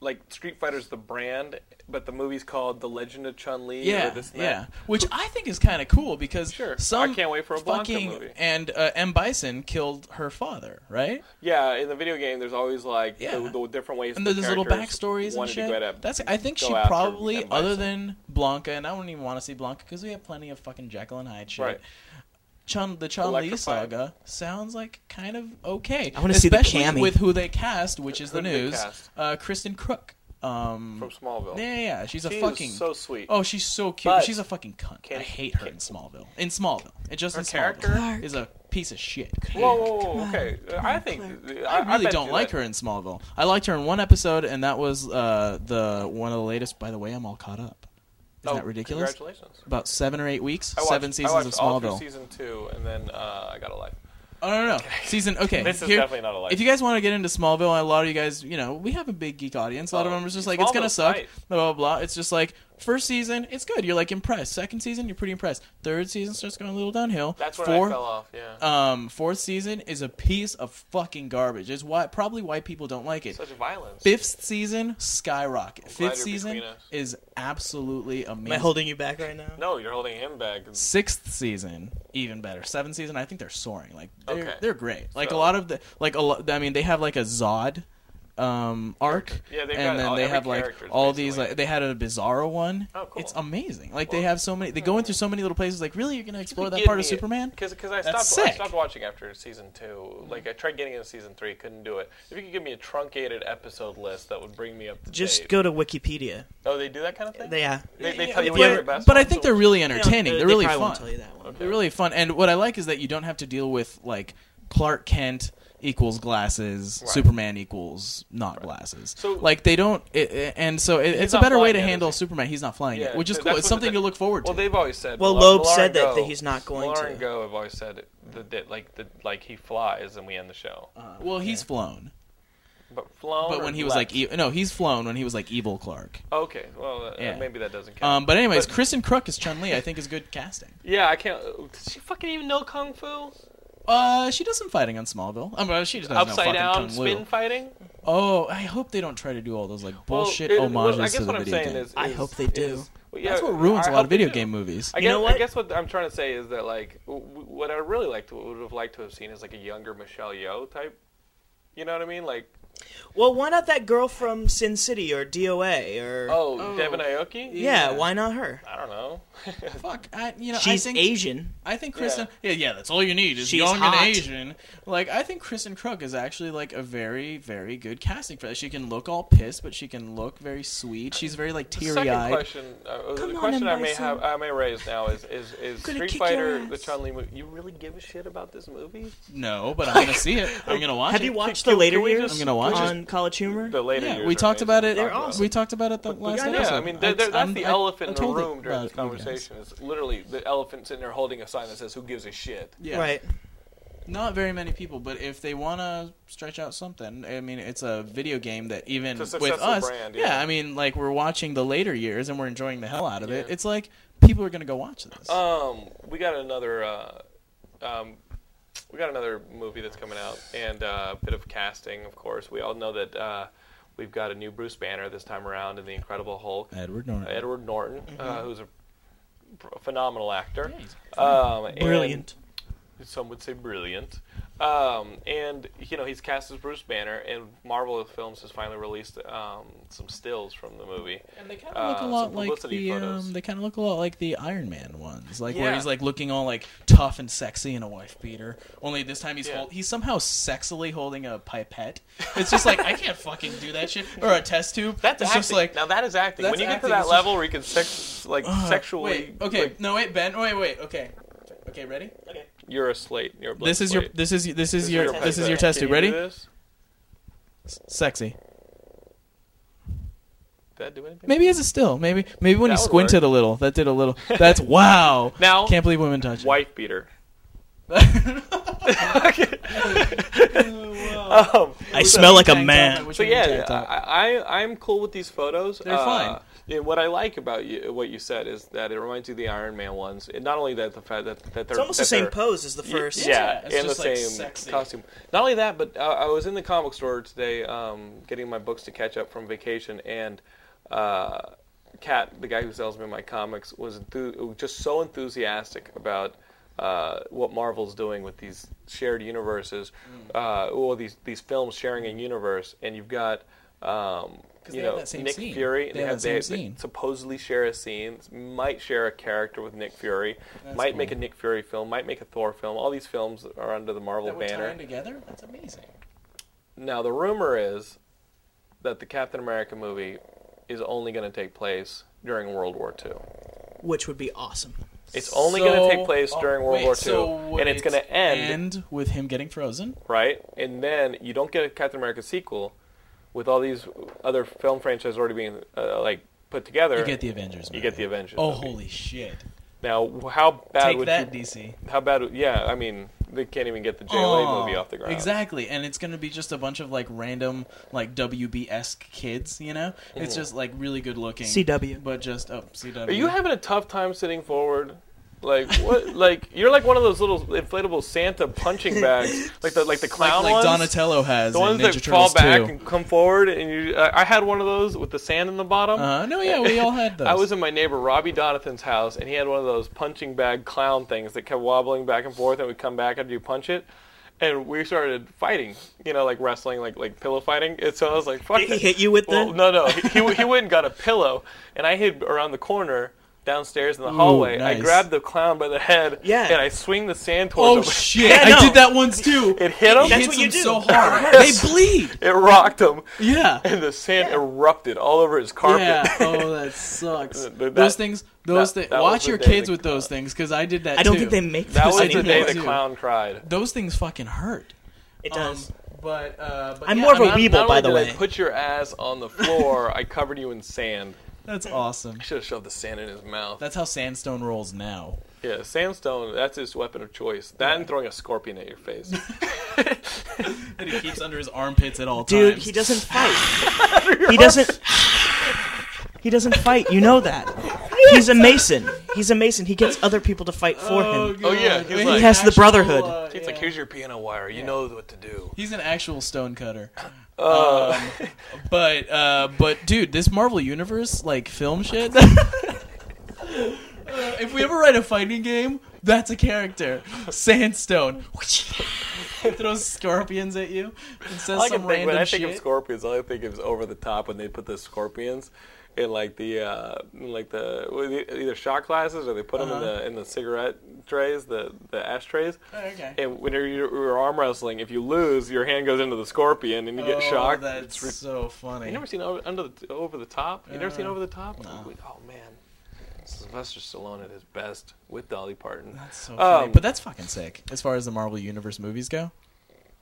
A: like Street Fighter's the brand, but the movie's called The Legend of Chun Li.
B: yeah,
A: or this and
B: yeah,
A: that.
B: which I think is kind of cool because
A: Sure.
B: some
A: I can't wait for a Blanca
B: fucking
A: movie.
B: and uh, M Bison killed her father, right?
A: Yeah, in the video game, there's alese like
B: Yeah.
A: the, the different ways.
B: And
A: the
B: there's little
A: characters
B: backstories and
A: wanted
B: shit.
A: To get at,
B: That's I think
A: go
B: she
A: after
B: probably,
A: M.
B: other
A: Bison.
B: than Blanca, and I don't even want to see Blanca because we have plenty of fucking Jekyll and Hyde shit.
A: Right.
B: Chun the Chun Li
A: Electrified.
B: saga sounds like kind of okay.
C: I wanna see the
B: Especially
C: Cammy.
B: with who they cast, which is
A: Who
B: the
A: did they
B: news.
A: cast?
B: Uh, Kristen Crook. Um,
A: from Smallville.
B: yeah, yeah, yeah, she's a
A: She is
B: fucking.
A: so sweet.
B: Oh, she's so cute. but
A: But-
B: she's a fucking cunt.
A: Can-
B: I hate her
A: can-
B: in Smallville. In Smallville, it just
A: Her
B: in Smallville
A: character?
B: is a piece of shit.
A: Whoa, whoa, whoa, okay. I think I,
B: I really
A: bet
B: don't
A: you
B: like
A: that-
B: her in Smallville. I liked her in one episode, and that was uh, the one of the latest. By the way, I'm all caught up. Isn't
A: Oh,
B: that ridiculous?
A: Congratulations.
B: About seven or eight weeks,
A: I watched,
B: seven
A: I
B: seasons
A: watched
B: of
A: all through
B: Smallville.
A: season two, and then uh, I got a life.
B: oh no, no, no. season. Okay,
A: This is
B: here-
A: definitely not a life.
B: If you guys want to get into Smallville, a lot of you guys, you know, we have a big geek audience. A lot of
A: Oh,
B: them are just like, it's gonna
A: Smallville's
B: suck,
A: tight.
B: blah blah blah. It's just like first season, it's good. You're like impressed. Second season, you're pretty impressed. Third season starts going a little downhill.
A: That's when I
B: Fourth-
A: fell off. Yeah.
B: Um, fourth season is a piece of fucking garbage. It's why probably why people don't like it.
A: Such violence.
B: Fifth season, skyrocket.
A: glad
B: Fifth
A: you're
B: season
A: between us.
B: is absolutely
C: Am I
B: amazing.
C: holding you back right now?
A: No, you're holding him back.
B: Sixth season, even better. Seventh season, I think they're soaring. Like they're
A: Okay.
B: they're great. Like
A: So-
B: a lot of the like a lot. I mean, they have like a Zod um arc
A: Yeah, they've got
B: and then
A: all-
B: they
A: every
B: have like
A: character's
B: all
A: basically-
B: these like they had a bizarro one
A: Oh, cool.
B: it's amazing like they have so many they go into so many little places like really you're gonna explore that
A: Give
B: part of
A: me it.
B: superman
A: Because I stopped,
B: That's
A: I
B: sick.
A: stopped watching after season two. Like I tried getting into season three, couldn't do it. If you could give me a truncated episode list, that would bring me up to
C: Just
A: date.
C: go to Wikipedia.
A: Oh, they do that kind of thing.
C: They, yeah.
A: They, they tell you what
B: Yeah,
A: your best.
B: but I
A: ones
B: think
A: are.
B: they're really
C: They don't-
B: entertaining.
C: they
B: They're really
C: probably
B: fun.
C: Won't tell you that one.
B: They're really fun. And what I like is that you don't have to deal with like Clark Kent equals glasses,
A: Right.
B: Superman equals not glasses.
A: So-
B: So like they don't, it, it- and so it, it's a
A: not
B: better way
A: flying
B: to
A: yet, is
B: handle
A: he?
B: Superman. He's not flying
A: Yeah,
B: yet, which is
A: so
B: cool.
A: that's
B: It's
A: what
B: something
A: the-
B: to look forward to.
A: Well, they've always said.
C: Well,
A: Lau-
C: Loeb
A: Lauren
C: said that-
A: Go-
C: that he's not going
A: Lauren
C: to.
A: Go have always said that, that like that like he flies and we end the show.
B: Uh, well, he's flown,
A: But flown.
B: but
A: or
B: when he was
A: left?
B: like, e- no, he's flown when he was like evil Clark.
A: okay, well uh,
B: Yeah.
A: maybe that doesn't count.
B: Um, but anyways,
A: But-
B: Kristen Crook as Chun Li, I think, is good casting.
A: yeah, I can't. Does she fucking even know kung fu?
B: Uh, she does some fighting on Smallville. I mean, she does no fucking
A: Upside down
B: Kung Lao.
A: spin fighting.
B: Oh, I hope they don't try to do all those like bullshit
A: Well, it- well,
B: homages
A: I guess
B: to the
A: what I'm
B: video
A: saying
B: game.
A: is,
C: I
A: is-
C: hope they do.
A: is- well, yeah,
B: That's what ruins
A: I
B: a lot
A: hope
B: of
A: they
B: video
A: do.
B: game movies.
A: I
C: You
A: guess,
C: know
A: I
C: what?
A: guess what I'm trying to say is that like w- w- what I really liked would have liked to have seen is like a younger Michelle Yeoh type. You know what I mean? Like
C: Well, why not that girl from Sin City or DOA or
A: Oh,
B: Oh.
A: Devin Aoki?
B: yeah.
C: yeah, Why not her?
A: I don't know.
B: Fuck, I, you know,
C: She's
B: I think
C: Asian.
B: I think Kristen. Yeah. yeah, that's all you need is
C: She's
B: young
C: hot.
B: and Asian. Like, I think Kristen Krug is actually like a very, very good casting for that. She can look all pissed, but she can look very sweet. She's very like
A: The
B: teary
A: second
B: eyed.
A: question, uh,
C: Come
A: the
C: on,
A: question I may
C: Bison.
A: have, I may raise now is is, is
C: Gonna
A: Street
C: kick your
A: Fighter the
C: ass.
A: Chun Li movie? You really give a shit about this movie?
B: No, but I'm gonna see it. I'm gonna watch
C: Have
B: it.
C: you watched
A: Can-
C: the
A: can
C: later
A: we
C: years?
A: just-
B: I'm gonna watch
C: on College Humor.
A: The later
B: yeah,
A: years
B: we
A: are
B: talked
A: amazing.
B: about it.
C: They're awesome.
B: We talked about it the last
A: Yeah,
B: episode.
A: I mean, there- there- that's
B: I'm-
A: the
B: I-
A: elephant
B: I
A: in the
B: told it
A: room during
B: about
A: this
B: you guys.
A: conversation. Is literally the elephant sitting there holding a sign that says "Who gives a shit."
B: Yeah.
C: Right.
B: Not very many people, but if they want to stretch out something, I mean, it's a video game that even
A: It's a
B: with
A: successful
B: us,
A: brand,
B: yeah.
A: yeah.
B: I mean, like we're watching the later years and we're enjoying the hell out of it.
A: Yeah.
B: It's like people are gonna go watch this.
A: Um, we got another, uh, um, we got another movie that's coming out, and uh, a bit of casting, of course. We all know that uh, we've got a new Bruce Banner this time around in the Incredible Hulk.
B: Edward Norton.
A: Edward Norton, uh, who's a pr- phenomenal actor.
B: Mm-hmm. Yeah, he's
A: um, and
C: Brilliant.
A: some would say brilliant. Um, and you know he's cast as Bruce Banner, and Marvel Films has finally released um, some stills from the movie.
B: And they kind of look
A: Uh,
B: a
A: some
B: lot like
A: publicity
B: the
A: photos.
B: um, they kind of look a lot like the Iron Man ones, like where
A: Yeah.
B: he's like looking all like tough and sexy in a wife beater. Only this time he's
A: Yeah.
B: hold- he's somehow sexily holding a pipette. It's just like I can't fucking do that shit or a test tube.
A: That's
B: it's
A: acting.
B: just like
A: now that is acting.
B: That's
A: When you get
B: acting,
A: to that
B: it's just-
A: level where you can sex, like
B: uh,
A: sexually,
B: Wait, okay,
A: like,
B: no wait, Ben. Wait, wait, okay, okay, ready?
C: Okay.
A: you're a slate. You're a blank
B: This is your
A: slate.
B: this is this is
A: This
B: your this is your
A: playbook.
B: test tube.
A: Can you do
B: Ready?
A: this?
B: Sexy.
A: Did that do anything?
B: Maybe as a still. Maybe maybe when
A: That
B: he
A: would
B: squinted
A: work.
B: a little, that did a little. That's wow.
A: Now-
B: can't believe women touch. it.
A: Wife beater.
B: Oh,
A: um,
C: I smell like a man.
A: so yeah, I, I I'm cool with these photos.
B: They're fine.
A: And what I like about you, what you said is that it reminds you of the Iron Man ones. And not only that, the fact that, that they're
C: It's almost
A: that
C: the same
A: they're-
C: pose as the
B: Yeah,
C: first.
A: Yeah,
B: it's
A: and the
B: just, like,
A: same
B: sexy.
A: costume. Not only that, but uh, I was in the comic store today, um, getting my books to catch up from vacation, and uh, Kat, the guy who sells me my comics, was enthu- just so enthusiastic about uh, what Marvel's doing with these shared universes,
B: Mm.
A: uh, or these these films sharing a universe, and you've got. Um,
B: 'Cause
A: you
B: they have
A: know,
B: that same
A: Nick
B: scene.
A: Fury.
B: They have that same scene.
A: supposedly share a scene. Might share a character with Nick Fury. might make a
B: cool.
A: Nick Fury film, might make a Thor film. All these films are under the Marvel
B: that we're
A: banner.
B: tying together. That's amazing.
A: Now the rumor is that the Captain America movie is only going to take place during World War II.
C: Which would be awesome.
A: It's only going to take place
B: oh,
A: during World War II, and it's going to end,
B: with him getting frozen.
A: right? And then you don't get a Captain America sequel with all these other film franchises already being uh, like put together.
B: You get the Avengers.
A: You get the Avengers.
B: Oh
A: movie.
B: holy shit!
A: Now how bad
B: Take
A: would
B: that,
A: you,
B: DC.
A: how bad? would- Yeah, I mean they can't even get the JLA
B: Aw,
A: movie off the ground.
B: Oh, Exactly, and it's going to be just a bunch of like random like WB esque kids. You know, it's just like really good looking.
C: CW.
B: but just oh CW.
A: Are you having a tough time sitting forward? Like what? like you're like one of those little inflatable Santa punching bags, like the like the
B: like,
A: clown
B: like
A: ones,
B: Donatello has
A: the
B: in
A: ones
B: Ninja
A: that fall
B: Turtles
A: back
B: 2.
A: and come forward. And you, I I had one of those with the sand in the bottom.
B: Uh, no, yeah, we all had those.
A: I was in my neighbor Robbie Donathan's house, and he had one of those punching bag clown things that kept wobbling back and forth, and would come back after you punch it. And we started fighting, you know, like wrestling, like like pillow fighting. And so I was like, "Fuck!"
C: Did he
A: that.
C: hit you with
A: well,
C: the-
A: No, no, he, he he went and got a pillow, and I hid around the corner downstairs in the hallway. I
B: nice.
A: grabbed the clown by the head,
C: Yeah.
A: and I swing the sand towards
B: Oh
A: him.
B: shit!
C: Yeah,
B: I
C: no.
B: did that once too.
A: It hit him.
B: It
C: That's
B: hits
C: what you
B: them
C: do.
B: so hard.
A: Yes.
B: They bleed.
A: It rocked him,
B: Yeah.
A: and the sand erupted all over his carpet.
B: Yeah. Oh, that sucks.
A: Th- th-
B: those
A: that-
B: things. Those
A: that-
B: things.
A: that was
B: Watch
A: the
B: your
A: day
B: kids
A: the-
B: with those things because I did that.
C: I don't
B: too.
C: think they make
A: that was
B: I
C: those
A: the
B: did
A: day
B: that
A: the
B: too.
A: clown cried.
B: Those things fucking hurt.
C: It does.
B: Um, but, uh, but
C: I'm
B: yeah,
C: more of
B: I
C: a
B: mean,
C: weeb- Weeble,
A: Not only
C: by the
A: did I
C: way.
A: put your ass on the floor. I covered you in sand.
B: That's awesome.
A: Should have shoved the sand in his mouth.
B: That's how sandstone rolls now.
A: yeah, sandstone. That's his weapon of choice. That and throwing a scorpion at your face.
B: That he keeps under his armpits at all
C: Dude,
B: times.
C: he doesn't fight. he doesn't. He doesn't fight. You know that. He's a mason. He's a mason. He gets other people to fight for him.
A: Oh, yeah, he's
B: He uh,
A: like-
C: has the brotherhood.
A: It's like here's your piano wire. You know what to do.
B: He's an actual stone cutter.
A: Uh.
B: Um, but uh, but dude, this Marvel universe like film shit. Uh, if we ever write a fighting game, that's a character. Sandstone. throws scorpions at you and says
A: All I
B: some
A: can think
B: random
A: when I
B: shit.
A: think of scorpions, all I think of is over the top when they put the scorpions in like the uh, like the well, e- either shot glasses or they put them in
B: Uh-huh.
A: the in the cigarette trays, the the ashtrays.
B: Oh, okay.
A: And when you're, you're arm wrestling, if you lose, your hand goes into the scorpion and you get
B: oh,
A: shocked.
B: That's
A: It's ri-
B: so funny.
A: you never seen over, under the over the top? You never seen
B: Uh,
A: over the top?
B: no.
A: We- Oh man, Sylvester Stallone at his best with Dolly Parton.
B: That's so funny.
A: Um,
B: but that's fucking sick as far as the Marvel Universe movies go.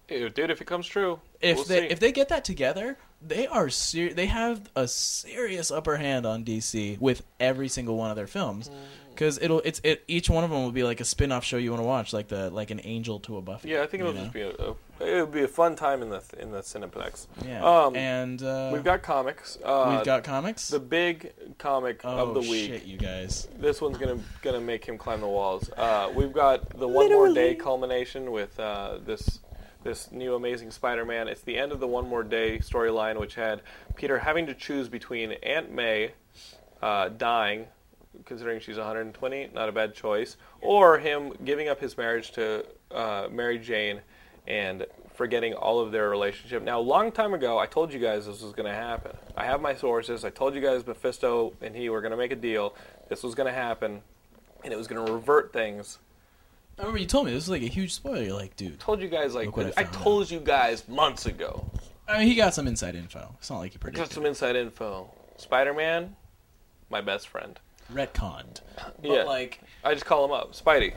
A: Ew, dude, if it comes true,
B: If
A: we'll
B: they
A: see.
B: if they get that together, they are ser- they have a serious upper hand on DC with every single one of their films
A: Mm.
B: because it'll it's it each one of them will be like a spin off show you want to watch like the like an Angel to a Buffy.
A: yeah, I think
B: you
A: it'll
B: know?
A: just be a, a it'll be a fun time in the in the Cineplex.
B: yeah.
A: Um,
B: and uh,
A: We've got comics. Uh,
B: we've got comics.
A: the big comic
B: oh
A: of the week.
B: shit, you guys!
A: This one's gonna gonna make him climb the walls. Uh, we've got the one more day culmination with uh, this this new Amazing Spider-Man. It's the end of the one more day storyline, which had Peter having to choose between Aunt May uh, dying, considering she's 120, not a bad choice, or him giving up his marriage to uh, Mary Jane and forgetting all of their relationship. Now, a long time ago, I told you guys this was going to happen. I have my sources. I told you guys Mephisto and he were going to make a deal. This was going to happen, and it was going to revert things.
B: I remember you told me this was like a huge spoiler. You're like, dude,
A: told you guys like
B: Look what I
A: I
B: found
A: told you guys months ago.
B: I mean, he got some inside info. It's not like he predicted.
A: Got some inside info. Spider-Man, my best friend.
B: retconned. But
A: Yeah.
B: like,
A: I just call him up. Spidey,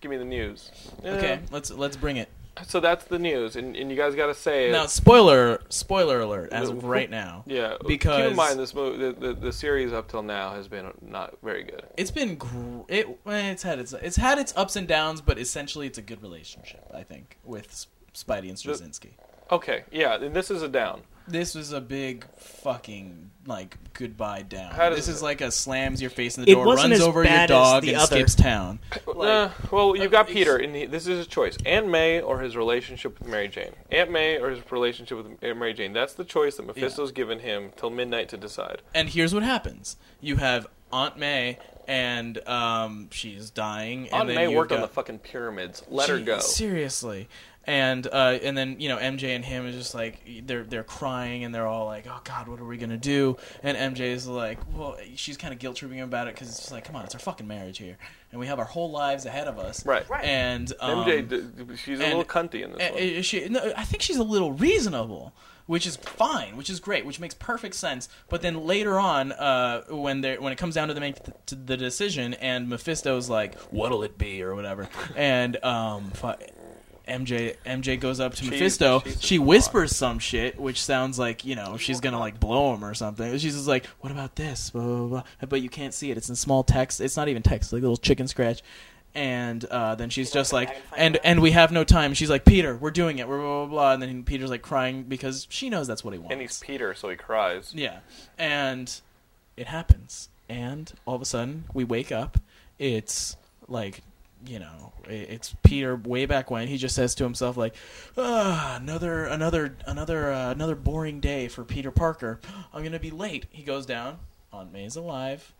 A: give me the news. Yeah.
B: okay, let's let's bring it.
A: So that's the news, and, and you guys got to say
B: Now, spoiler spoiler alert as of right now.
A: Yeah,
B: because-
A: keep in mind this movie, the, the the series up till now has been not very good.
B: It's been gr- it eh, it's had its it's had its ups and downs, but essentially it's a good relationship, I think, with S- Spidey and Straczynski.
A: Okay, yeah, and this is a down.
B: This was a big fucking like goodbye down.
A: How does
B: This
A: it-
B: is like a slams your face in the
C: It
B: door,
C: wasn't
B: runs
C: as
B: over your
C: bad as
B: dog,
C: the
B: and
C: other.
B: skips town.
A: Uh, well, you've got
B: it's-
A: Peter, and he, this is his choice: Aunt May or his relationship with Mary Jane. Aunt May or his relationship with Aunt Mary Jane. That's the choice that Mephisto's given him till midnight to decide.
B: and here's what happens: you have Aunt May, and um, she's dying. and
A: Aunt
B: then
A: May
B: you've
A: worked on
B: got-
A: the fucking pyramids. Let her
B: Gee,
A: go.
B: Seriously. And uh, and then you know MJ and him is just like they're they're crying and they're all like oh god what are we gonna do and MJ is like well she's kind of guilt tripping him about it because it's just like come on it's our fucking marriage here and we have our whole lives ahead of us
A: Right. Right.
B: and um,
A: MJ, d- d- she's a
B: and-
A: little cunty in this
B: uh,
A: one.
B: uh, she, no, I think she's a little reasonable, which is fine, which is great, which makes perfect sense. But then later on, uh, when they when it comes down to the make th- to the decision, and Mephisto's like, "What'll it be?" or whatever, and um, fu- MJ MJ goes up to Mephisto.
A: she's
B: She
A: a
B: whispers some shit, which sounds like you know she's gonna like blow him or something. She's just like, "What about this?" Blah, blah, blah. But you can't see it. It's in small text. It's not even text. Like a little chicken scratch. And uh, then she's just
C: like,
B: like,
C: "I can find
B: and
C: out."
B: and we have no time. She's like, Peter, we're doing it. We're blah blah blah. And then Peter's like crying because she knows that's what he wants.
A: and he's Peter, so he cries.
B: yeah, and it happens. And all of a sudden, we wake up. It's like you know, i- it's Peter way back when. He just says to himself like, ah, another another another uh, another boring day for Peter Parker. I'm gonna be late. He goes down. Aunt May's alive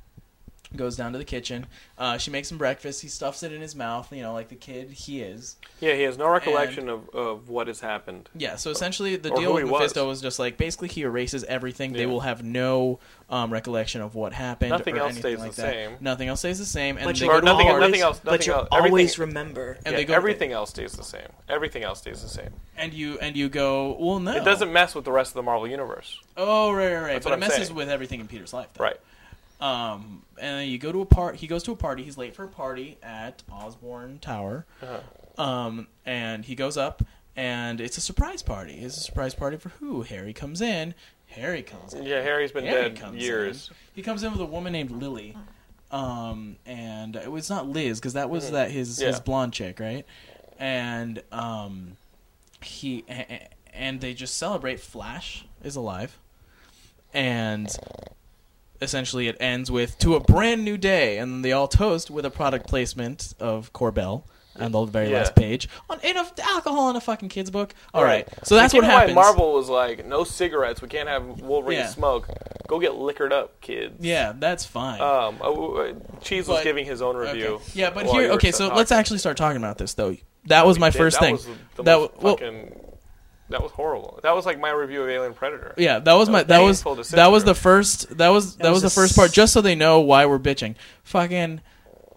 B: goes down to the kitchen uh, she makes him breakfast he stuffs it in his mouth you know like the kid he is
A: Yeah, he has no recollection of, of what has happened.
B: Yeah, so essentially the
A: Or
B: deal
A: who
B: with
A: he was.
B: Mephisto was just like basically he erases everything. They
A: Yeah.
B: will have no um, recollection of what happened.
A: Nothing
B: or
A: else
B: anything
A: stays
B: like
A: the
B: that.
A: same.
B: Nothing else stays the same. And
C: But
B: they
C: you-
B: go
A: Or
B: to
A: nothing-
B: the parties,
A: nothing else-
C: but you'll
A: else. Everything-
C: always remember.
B: And
A: Yeah,
B: they go
A: everything else stays the same. Everything else stays the same.
B: and you and you go. Well, no,
A: It doesn't mess with the rest of the Marvel universe.
B: Oh, right, right, right.
A: That's
B: but
A: what
B: it
A: I'm
B: messes
A: saying.
B: with everything in Peter's life, though.
A: Right.
B: Um, and then you go to a part. He goes to a party. He's late for a party at Osborne Tower.
A: Uh-huh.
B: Um, and he goes up, and it's a surprise party. It's a surprise party for who? Harry comes in. Harry comes in.
A: Yeah, Harry's been
B: Harry
A: dead
B: comes
A: years.
B: in. He comes in with a woman named Lily, um, and it was not Liz because that was that his
A: Mm-hmm. Yeah.
B: his blonde chick, right? And um, he a- a- and they just celebrate. Flash is alive, and essentially it ends with "to a brand new day," and then they all toast with a product placement of Corbel. On the very
A: Yeah.
B: last page, on in a, alcohol in a fucking kid's book. All right, so
A: Like,
B: that's
A: you
B: what
A: know why
B: happens.
A: Marvel was like, no cigarettes. We can't have Wolverine
B: Yeah.
A: smoke. Go get liquored up, kids.
B: Yeah, that's fine.
A: Um, uh, w- w- Cheese was
B: But-
A: giving his own review.
B: Okay. Yeah, but
A: while
B: here,
A: you were
B: okay,
A: s-
B: so
A: talking.
B: let's actually start talking about this though. That was
A: we
B: my
A: did.
B: first
A: that
B: thing.
A: Was the, the
B: that
A: most
B: w- well,
A: fucking, that was horrible. That was like my review of Alien Predator.
B: yeah, that was my
A: was
B: that was
A: painful to sit
B: that was
A: through.
B: the first that was that, was,
C: was a
B: the first part. Just so they know why we're bitching. Fucking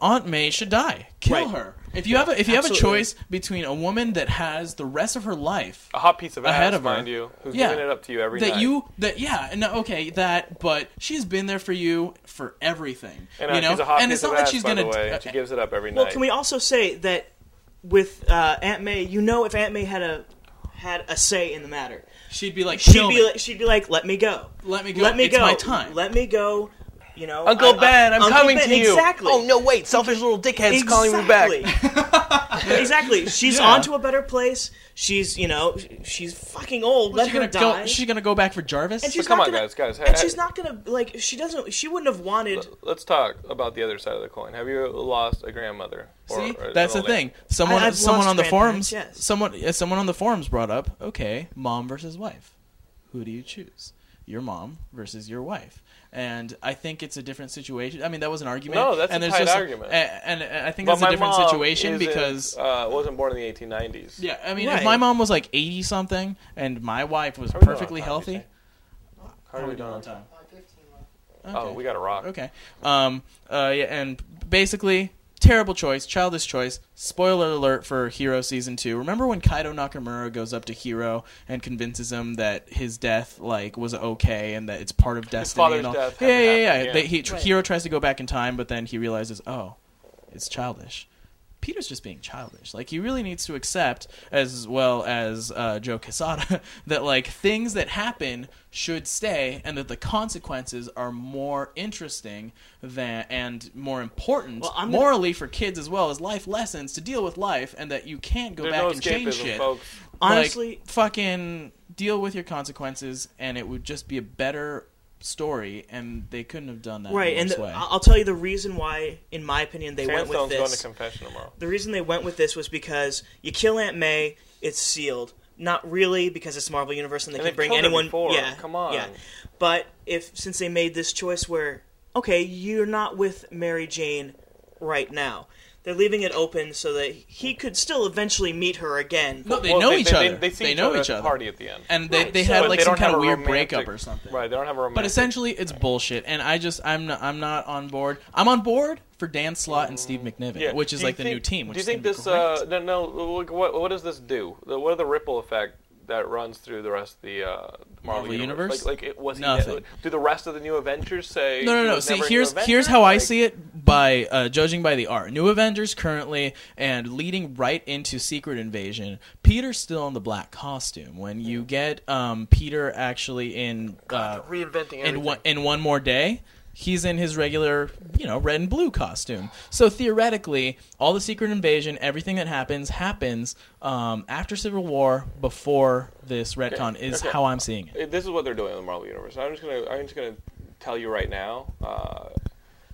B: Aunt May should die. Kill
C: Right.
B: her. If you have a, if you have a
C: Absolutely.
B: choice between a woman that has the rest of her life
A: A hot piece of ass,
B: Ahead of her.
A: mind you, who's
B: Yeah.
A: giving it up to you every
B: that
A: night.
B: you that yeah no okay that but she's been there for you for everything
A: and, uh,
B: you know
A: she's a hot
B: and
A: piece
B: it's not
A: of
B: like
A: ass,
B: she's
A: by
B: gonna
A: the way.
B: uh,
A: and she gives it up every
C: Well,
A: night.
C: can we also say that with uh, Aunt May, you know, if Aunt May had a had a say in the matter,
B: she'd be like
C: she'd
B: "Kill
C: be
B: me.
C: like, she'd be like, "Let me go.
B: Let me go.
C: Let me
B: It's
C: go.
B: my time."
C: Let me go." You know,
A: Uncle
C: I- I-
A: Ben, I'm
C: Uncle
A: coming
C: Ben,
A: to you.
C: Exactly.
A: Oh no, wait, selfish little dickhead's calling me back.
C: Exactly. exactly. She's
B: Yeah.
C: on to a better place. She's, you know, sh- she's fucking old. Let
B: she's
C: her
B: gonna
C: die.
B: go she's gonna go back for Jarvis
C: and
A: But
C: she's
A: come
C: not
A: on,
C: gonna,
A: guys, guys.
C: And
A: Hey,
C: she's
A: hey.
C: not gonna like. She doesn't. She wouldn't have wanted.
A: Let's talk about the other side of the coin. Have you lost a grandmother? Or,
B: See,
A: or an
B: that's the
A: old
B: thing.
A: aunt?
B: Someone,
C: I- I've
B: someone
C: lost
B: on the
C: grandparents,
B: forums,
C: yes.
B: someone, yeah, someone on the forums brought up. Okay, mom versus wife. Who do you choose? Your mom versus your wife. And I think it's a different situation. I mean, that was an argument.
A: No, that's
B: and
A: a
B: there's
A: tight
B: just,
A: argument.
B: a- And, and I think
A: But
B: that's
A: my
B: a different
A: mom
B: situation
A: isn't,
B: because
A: uh, wasn't born in the 1890s.
B: yeah, I mean,
C: Right.
B: if my mom was like eighty something and my wife was
A: How are we doing on
B: perfectly
A: time, you
B: healthy,
A: say? How are we doing on time?
D: Uh, 15 left.
A: Oh, we got a rock.
B: Okay. Um. Uh. Yeah. And basically, terrible choice, childish choice. Spoiler alert for Hero season two. Remember when Kaido Nakamura goes up to Hero and convinces him that his death like was okay and that it's part of destiny.
A: father's
B: and all.
A: death
B: yeah,
A: hadn't
B: yeah, yeah.
A: happened
B: They,
A: yet.
B: he, Hero tries to go back in time, but then he realizes, oh, it's childish. Peter's just being childish. Like he really needs to accept, as well as uh, Joe Quesada, that like things that happen should stay, and that the consequences are more interesting than and more important
C: Well, I'm gonna-
B: morally for kids as well as life lessons to deal with life, and that you can't go
A: There's
B: back
A: no
B: and change
A: escapism,
B: shit.
A: folks.
B: Like,
C: Honestly,
B: fucking deal with your consequences, and it would just be a better story. And they couldn't have done that in
C: right. And
B: worse
C: the,
B: way.
C: I- I'll tell you the reason why, in my opinion, they went with
A: Sandstone's
C: this.
A: going to confession tomorrow.
C: The reason they went with this was because you kill Aunt May, it's sealed. Not really, because it's Marvel Universe and they
A: And
C: can
A: they've
C: bring
A: killed her
C: anyone.
A: before,
C: Yeah,
A: come on.
C: Yeah, but if since they made this choice where okay, you're not with Mary Jane right now, they're leaving it open so that he could still eventually meet her again.
B: No, they
A: Well,
B: know each
A: they,
B: other.
A: They, they, see each
B: know
A: other
B: each
A: at
B: other.
A: the party at the end.
B: and they,
C: Right,
B: they
C: so-
B: had
C: But
B: like
A: they
B: some
A: don't
B: kind
A: have
B: of
A: a
B: weird
A: romantic-
B: breakup or something.
A: Right, they don't have a romantic.
B: But essentially, it's bullshit, and I just I'm not, I'm not on board. I'm on board for Dan Slott and Steve McNiven,
A: Yeah.
B: which is
A: Do you
B: like the new
A: think-
B: team. Which
A: do you
B: is
A: think
B: gonna be
A: this?
B: great.
A: Uh, no, no. What, what- what does this do? The- What are the ripple effect that runs through the rest of the uh, Marvel,
B: Marvel universe?
A: Like, like it was. he-
B: Nothing.
A: do the rest of the new Avengers say?
B: no, no,
A: he
B: no.
A: was
B: See,
A: never a new
B: here's
A: Avenger?
B: here's how I
A: Like,
B: see it by uh, judging by the art. New Avengers currently and leading right into Secret Invasion. Peter's still in the black costume. When you get um, Peter actually in uh,
A: Reinventing everything.
B: in one in one more day he's in his regular you know red and blue costume so theoretically all the secret invasion everything that happens happens um, after civil war before this retcon is
A: okay.
B: how i'm seeing it
A: It- This is what they're doing in the Marvel universe. I'm just gonna I'm just gonna tell you right now uh,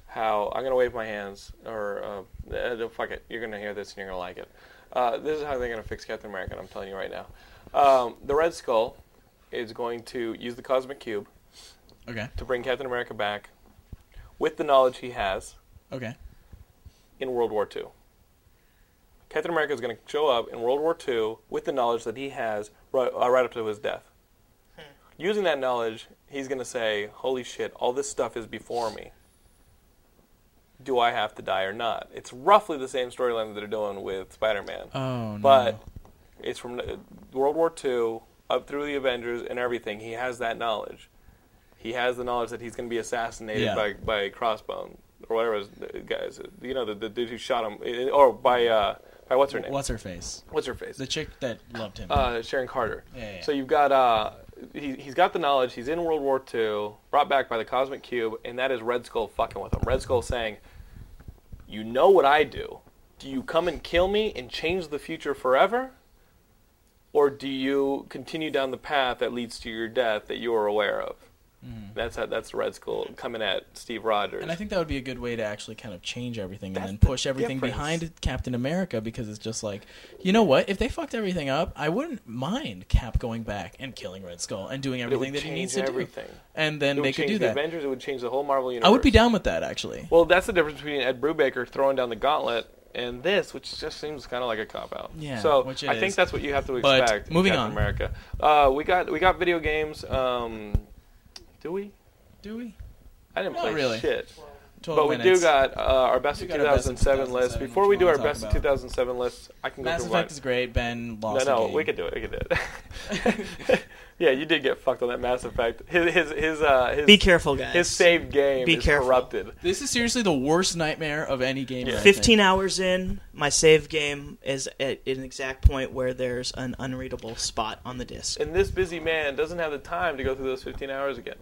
A: how I'm gonna wave my hands or uh, uh, fuck it. You're gonna hear this and you're gonna like it. Uh, this is how they're gonna fix Captain America. and I'm telling you right now. Um, the Red Skull is going to use the Cosmic Cube
B: okay
A: to bring Captain America back with the knowledge he has
B: okay
A: in World War II. Captain America is going to show up in World War II with the knowledge that he has right, uh, right up to his death. Using that knowledge, he's going to say, Holy shit, all this stuff is before me. Do I have to die or not? It's roughly the same storyline that they're doing with Spider Man.
B: oh no
A: But it's from uh, World War II up through the Avengers and everything. He has that knowledge. He has the knowledge that he's going to be assassinated
B: Yeah.
A: by by Crossbone or whatever his the guys. You know the, the dude who shot him, eh, or by uh, by what's her name?
B: what's her face
A: What's her face?
B: the chick that loved him
A: uh, Sharon Carter.
B: Yeah, yeah.
A: So you've got uh, he, he's got the knowledge. He's in World War II, brought back by the Cosmic Cube, and that is Red Skull fucking with him. Red Skull saying, "You know what I do? Do you come and kill me and change the future forever, or do you continue down the path that leads to your death that you are aware of?" That's how, that's Red Skull coming at Steve Rogers.
B: Mm-hmm. and I think that would be a good way to actually kind of change everything and
A: That's
B: then
A: the
B: push everything
A: difference.
B: behind Captain America because it's just like, you know what? If they fucked everything up, I wouldn't mind Cap going back and killing Red Skull and doing
A: it would
B: everything that he
A: change
B: needs to
A: everything.
B: do. And then
A: it would
B: they could
A: change
B: do
A: the
B: that.
A: Avengers. It would change the whole Marvel universe.
B: I would be down with that actually.
A: Well, that's the difference between Ed Brubaker throwing down the gauntlet and this, which just seems kind of like a cop out.
B: Yeah,
A: So
B: which it
A: I think
B: is.
A: that's what you have to
B: But
A: expect. in
B: moving
A: Captain
B: on.
A: America. Uh, we got we got video games. Um, do we?
B: Do we?
A: I didn't
B: Not
A: play
B: really.
A: shit.
B: 12
A: But we do
B: minutes.
A: got uh, our best
B: We
A: of
B: got our best of
A: 2007 list.
B: 2007,
A: Before
B: which
A: we
B: you
A: do
B: wanna
A: our
B: talk
A: best of
B: about.
A: 2007 list, I can
B: Mass
A: go through
B: Effect
A: mine.
B: is great. Ben
A: No,
B: lost. the
A: no,
B: game.
A: we could do it. We could do it. yeah, you did get fucked on that Mass Effect. His his his uh his
C: Be careful, guys.
A: his saved game
C: Be
A: is
C: careful.
A: corrupted.
B: This is seriously the worst nightmare of any game.
A: Yeah.
B: I think.
C: 15 hours in, my save game is at an exact point where there's an unreadable spot on the disc.
A: And this busy man doesn't have the time to go through those 15 hours again.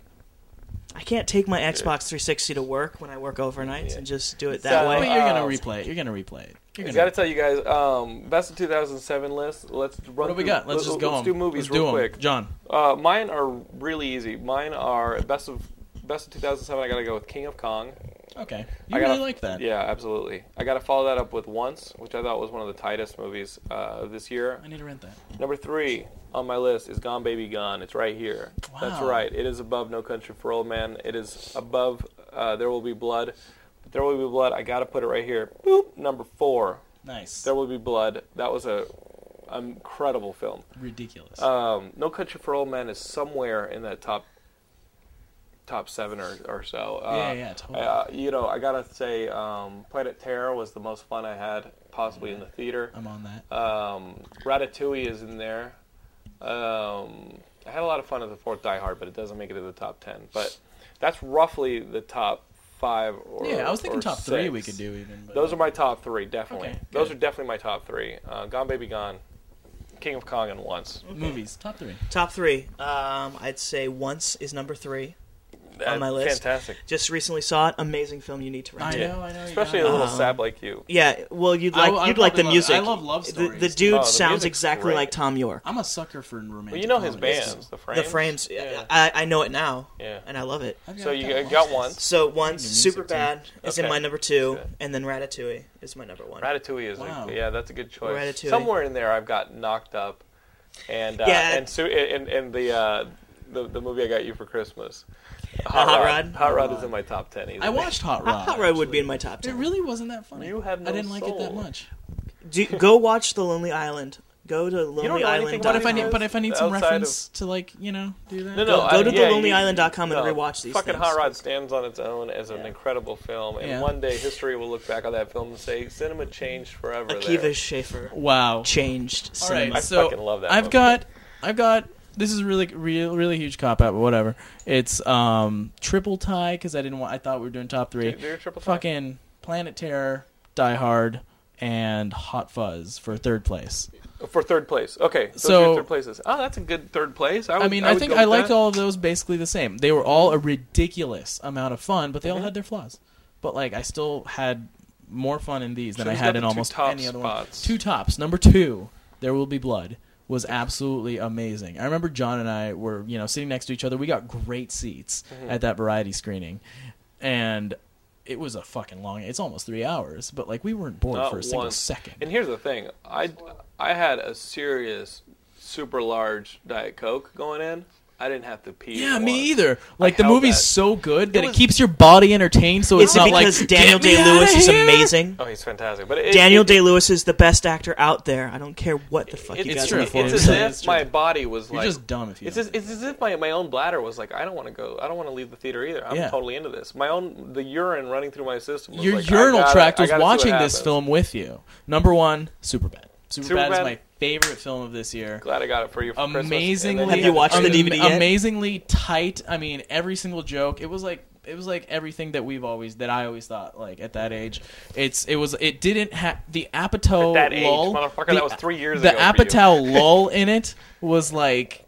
C: I can't take my Xbox 360 to work when I work overnights
A: Yeah.
C: and just do it
A: So-
C: that
B: But
C: way.
B: Oh, you're gonna
A: Uh,
B: replay it. You're gonna replay it.
A: I
B: You're gonna.
A: got to tell you guys, um, best of 2007 list. Let's run.
B: what do we
A: through-
B: got? Let's
A: let-
B: just go.
A: Let's
B: 'em.
A: do movies
B: Let's
A: real
B: do 'em.
A: quick.
B: John.
A: Uh, mine are really easy. Mine are best of best of 2007. I got to go with King of Kong.
B: Okay. You
A: I gotta-
B: really like that.
A: Yeah, absolutely. I got to follow that up with Once, which I thought was one of the tightest movies uh, this year.
B: I need to rent that.
A: Number three on my list is Gone Baby Gone. It's right here. That's
B: Wow.
A: right. It is above No Country for Old Men. It is above uh, There Will Be Blood. There Will Be Blood. I gotta put it right here. Boop. Number four.
B: Nice.
A: There Will Be Blood. That was a incredible film.
B: Ridiculous.
A: Um, no Country for Old Men is somewhere in that top top seven or, or so. Uh,
B: Yeah, yeah, totally.
A: I, uh, you know, I gotta say, um, Planet Terror was the most fun I had possibly in the theater.
B: I'm on that.
A: Um, Ratatouille is in there. Um, I had a lot of fun at the fourth Die Hard, but it doesn't make it to the top ten. But that's roughly the top five. Or,
B: yeah, I was thinking
A: or
B: top three we
A: six.
B: could do even. But
A: Those are my top three, definitely.
B: Okay,
A: Those are
B: good.
A: definitely my top three. Uh, Gone Baby Gone, King of Kong, and Once.
B: movies. Top three.
C: Top three. Um, I'd say Once is number three.
A: That's
C: my list.
A: fantastic.
C: Just recently saw it. Amazing film. You need to rent
B: I
C: it.
B: know. I know. you
A: Especially a
B: got it. Uh-huh.
A: little sap like you.
C: Yeah, well, you'd
B: I-
C: like
B: I
C: you'd like the
B: probably love-
C: music.
B: I love love
C: The- The,
B: stories.
C: dude
A: Oh, the
C: sounds
A: music's
C: exactly
A: great.
C: like Tom York.
B: I'm a sucker for romantic.
A: Well, you know his
B: comedies.
A: bands, the frames.
C: The frames.
A: Yeah.
C: I, I know it now.
A: Yeah.
C: And I love it.
B: I've
A: So you
B: that
A: got- got
B: box.
A: one.
C: So once
B: music
C: super bad is in
A: Okay.
C: my number two,
A: Good.
C: and then Ratatouille is my number one.
A: Ratatouille is
B: Wow.
A: a, yeah, that's a good choice.
C: Ratatouille.
A: Somewhere in there, I've got knocked up, and uh,
C: Yeah.
A: and, Su- and and the uh, the the movie I got you for Christmas,
C: Hot Rod?
A: Hot Rod is in my top ten. Easily.
B: I watched Hot Rod.
C: Hot, Hot Rod would be in my top
B: It
C: ten.
B: really wasn't that funny.
A: You have no
B: I didn't like it that
A: soul.
B: much.
C: Do, go watch The Lonely Island. Go to
A: know anything
C: LonelyIsland.
A: about
B: But if I need, but if I need some
A: Outside of-
B: reference to like you know do that.
A: No, no.
C: Go- go
A: I-
C: to
A: yeah, you-
C: thelonelyisland.com and
A: no,
C: rewatch these
A: Fucking
C: things.
A: Hot Rod stands on its own as an incredible film, and
B: Yeah.
A: one day history will look back on that film and say cinema changed forever. there.
C: Akiva Schaffer
B: Wow.
C: changed
B: All right,
C: cinema.
A: I
B: so
A: fucking love that
B: I've
A: movie.
B: got, I've got. This is really, real, really huge cop out, but whatever. It's um triple tie because I didn't want. I thought we were doing top three.
A: Do- do your triple tie.
B: Fucking Planet Terror, Die Hard, and Hot Fuzz for third place.
A: For third place. Okay, those
B: So-
A: are your third places. Oh, that's a good third place. I, would,
B: I mean,
A: I,
B: I,
A: would
B: think
A: go
B: I
A: with
B: liked
A: that.
B: all of those basically the same. They were all a ridiculous amount of fun, but they
A: Mm-hmm.
B: all had their flaws. But like, I still had more fun in these than
A: So
B: I
A: who's
B: had
A: got
B: in
A: the two
B: almost
A: top
B: any other
A: spots?
B: one. Two tops. Number two, There Will Be Blood was absolutely amazing. I remember John and I were you know sitting next to each other. We got great seats
A: Mm-hmm.
B: at that variety screening, and. It was a fucking long. It's almost three hours, but like we weren't bored
A: Not
B: for a single
A: once.
B: second.
A: And here's the thing, I I had a serious super large diet coke going in. I didn't have to pee.
B: Yeah,
A: once.
B: me either. Like the
A: held
B: movie's
A: that.
B: so good that it,
A: was-
B: keeps your body entertained, so it's,
C: it's
B: not
C: because
B: like
C: Daniel
B: "Get me
C: Day Lewis
B: outta
C: is
B: here!"
C: amazing.
A: Oh, he's fantastic. But it,
C: Daniel
A: it,
C: Day Lewis is the best actor out there. I don't care what the fuck
A: it,
C: you
A: it's
C: guys
B: true.
C: are
A: It's,
B: before
C: performing.
B: we
A: as
B: say
A: if
B: it's true.
A: my body was
B: You're
A: like
B: just dumb if you.
A: It's
B: don't
A: as, it's as if my, my own bladder was like I don't want to go I don't want to leave the theater either I'm
B: Yeah.
A: totally into this my own the urine running through my system was
B: Your
A: like, I
B: urinal
A: gotta-
B: tract
A: I
B: was
A: gotta see what
B: watching this
A: happens.
B: film with you. Number one, Superbad. Superbad, is
A: Superbad.
B: my favorite film of this year.
A: glad I got it for you for Christmas.
B: Amazingly,
A: And then
C: Have you watched
A: got
C: the
A: it.
B: am-
C: DVD yet?
B: Amazingly tight. I mean, every single joke. It was like it was like everything that we've always that I always thought like at that age. It's it was it didn't have the Apatow
A: At that age,
B: lull.
A: motherfucker,
B: the-
A: that was three years
B: the
A: ago for you.
B: Apatow lull in it was like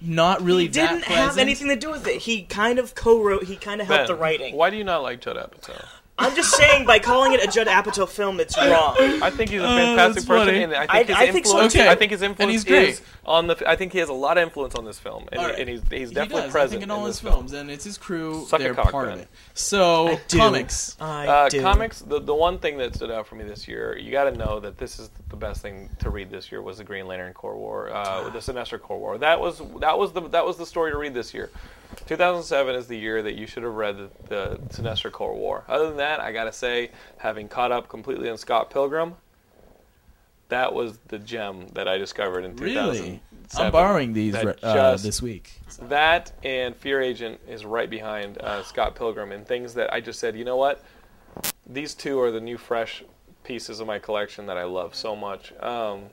B: not really
C: He didn't
B: that
C: have
B: pleasant.
C: anything to do with it. He kind of co-wrote. He kind of helped
A: Ben,
C: the writing.
A: why do you not like Judd Apatow
C: I'm just saying, by calling it a Judd Apatow film, it's wrong.
A: I think he's a
B: Uh,
A: fantastic
B: that's
A: person,
B: funny.
A: and I
C: I-
A: think his
C: I think so,
A: influence.
B: too.
A: I think his
B: And
A: influence
B: he's great.
A: is on the. I think he has a lot of influence on this film, and,
B: All right.
A: and he's, he's
B: He
A: definitely
B: does, I
A: present
B: think in all his
A: this
B: films, and it's his crew.
A: Suck a
B: they're
A: cock,
B: part of
A: Ben.
B: it. So
C: Do.
B: comics.
C: I
A: Uh,
C: do.
A: comics. The, the one thing that stood out for me this year, you got to know that this is the best thing to read this year was the Green Lantern Core War, uh,
B: Ah.
A: the Sinister Core War. That was that was the that was the story to read this year. 2007 is the year that you should have read the, the Sinister Core War. Other than that, that, I gotta say, having caught up completely on Scott Pilgrim, that was the gem that I discovered in 2000.
B: Really? I'm borrowing these
A: That
B: re- uh,
A: just-
B: this week.
A: That and Fear Agent is right behind uh, Scott Pilgrim, and things that I just said, you know what? These two are the new fresh pieces of my collection that I love so much. Um,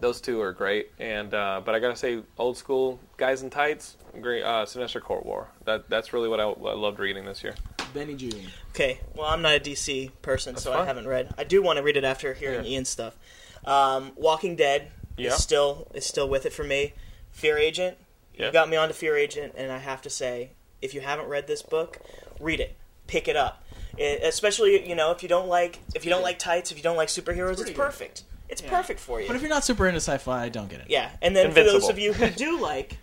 A: those two are great, and uh, but I gotta say, old school guys in tights, great, uh, Sinister Court War. That that's really what I, I loved reading this year.
B: Benny June.
C: Okay, well, I'm not a DC person, so I
A: fine.
C: haven't read. I do want to read it after hearing
A: Yeah.
C: Ian's stuff. Um, Walking Dead
A: Yeah.
C: is still is still with it for me. Fear Agent,
A: Yeah.
C: you got me onto Fear Agent, and I have to say, if you haven't read this book, read it, pick it up. It- especially you know if you don't like if you don't like tights, if you don't like superheroes, it's,
B: pretty good.
C: perfect. It's perfect for you.
B: But if you're not super into sci-fi, don't get it.
C: yeah, and then for
A: Invincible.
C: those of you who do like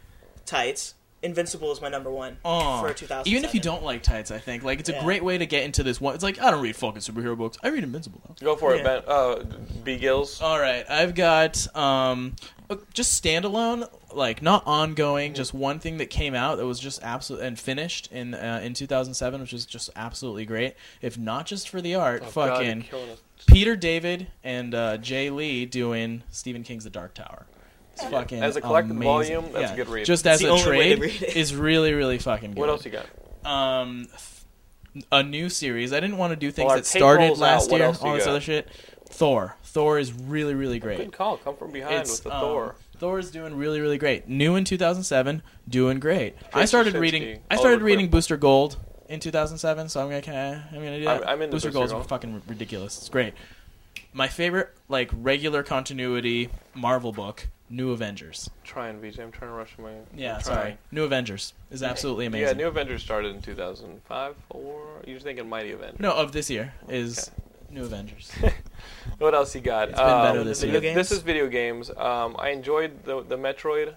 C: tights, Invincible is my number one
B: Aw.
C: for 2000.
B: Even if you don't like tights, I think like it's a
C: Yeah.
B: great way to get into this one. It's like I don't read fucking superhero books. I read Invincible. Though.
A: Go for
C: Yeah.
A: it, Ben. Uh, B. Gills.
B: All right, I've got um, uh, just standalone, like not ongoing, just one thing that came out that was just absolute and finished in uh, in 2007, which is just absolutely great. If not just for the art,
A: Oh, God, you're
B: fucking
A: killing us.
B: Peter David and uh, Jay Lee doing Stephen King's The Dark Tower. It's fucking
A: As a collected
B: amazing.
A: volume, that's a good read.
B: Just as
C: the
B: a
C: only way to
B: trade
C: read it.
B: is really really fucking good.
A: What else you got?
B: Um, th- a new series. I didn't want to do things
A: our
B: that
A: tape
B: started
A: rolls out.
B: last
A: What
B: year.
A: else you
B: All this
A: got?
B: other shit. Thor. Thor is really really great um,
A: Good call. Come from behind with the Thor.
B: Thor's doing really, really great. New in 2007, doing great. I started
A: Krasinski,
B: reading. I
A: Oliver
B: started reading
A: Quip.
B: Booster Gold in 2007, so I'm gonna kinda, I'm gonna do that.
A: I'm- I'm into
B: Booster,
A: Booster
B: Gold's
A: Gold.
B: fucking r- ridiculous. It's great. My favorite, like regular continuity Marvel book, New Avengers.
A: Trying, VJ. I'm trying to rush my. I'm
B: Yeah,
A: trying.
B: sorry, New Avengers is absolutely amazing.
A: Yeah, New Avengers started in 2005, or you're thinking Mighty Avengers.
B: no, of this year is New Avengers.
A: What else you got? Um,
B: It's been better this
A: th-
B: year.
A: th- This is video games. Um, I enjoyed the the Metroid.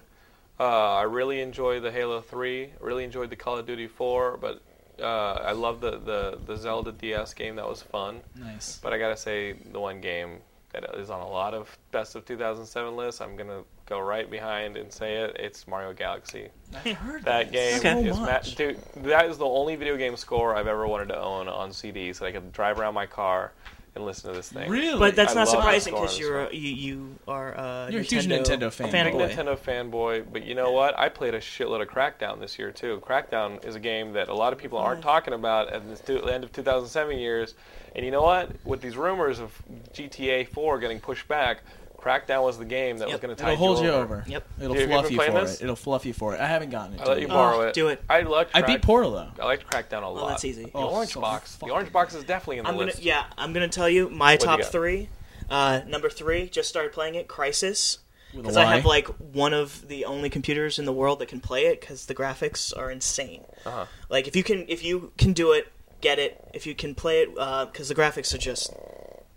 A: Uh, I really enjoyed the Halo 3. Really enjoyed the Call of Duty 4. But uh, I love the, the the Zelda DS game. That was fun.
B: nice.
A: But I gotta say, the one game that is on a lot of best of 2007 lists, I'm gonna go right behind and say it. It's Mario Galaxy.
B: I heard
A: That game
B: so
A: is ma-
B: much.
A: dude. That is the only video game score I've ever wanted to own on CD, so that I could drive around my car and listen to this thing.
B: Really,
C: But that's
A: I
C: not
A: love the
C: surprising
A: score on
C: because
A: this
C: you're a, you you are a
B: You're a
C: Nintendo
B: huge Nintendo fan.
A: Big
B: fanboy.
A: Nintendo fanboy, but you know what? I played a shitload of Crackdown this year too. Crackdown is a game that a lot of people aren't talking about at the stu- end of 2007 years, and you know what? With these rumors of GTA 4 getting pushed back, Crackdown was the game that was
C: Yep.
A: going to tide
B: It'll hold you
A: you
B: over.
C: Yep.
B: It'll
A: Have you
B: fluff
A: ever
B: you
A: played
B: for
A: this?
B: it. It'll fluff you for it. I haven't gotten it.
A: I let
B: to
A: you
B: yet.
A: borrow
C: Oh,
A: it.
C: do it.
A: I liked.
B: I
A: Crack-
B: beat Porlo.
A: I liked Crackdown a lot.
C: Oh, that's easy.
A: The
B: Oh,
A: orange
B: so
A: box. The
B: fucking
A: orange box is definitely in the
C: I'm gonna
A: list.
C: yeah. I'm gonna tell you my
A: do you
C: top
A: got?
C: three. Uh, number three, just started playing it. Crisis,
B: With a
C: because I
B: Y.
C: have like one of the only computers in the world that can play it. Because the graphics are insane.
A: Uh-huh.
C: Like if you can if you can do it, get it. If you can play it, because the graphics are just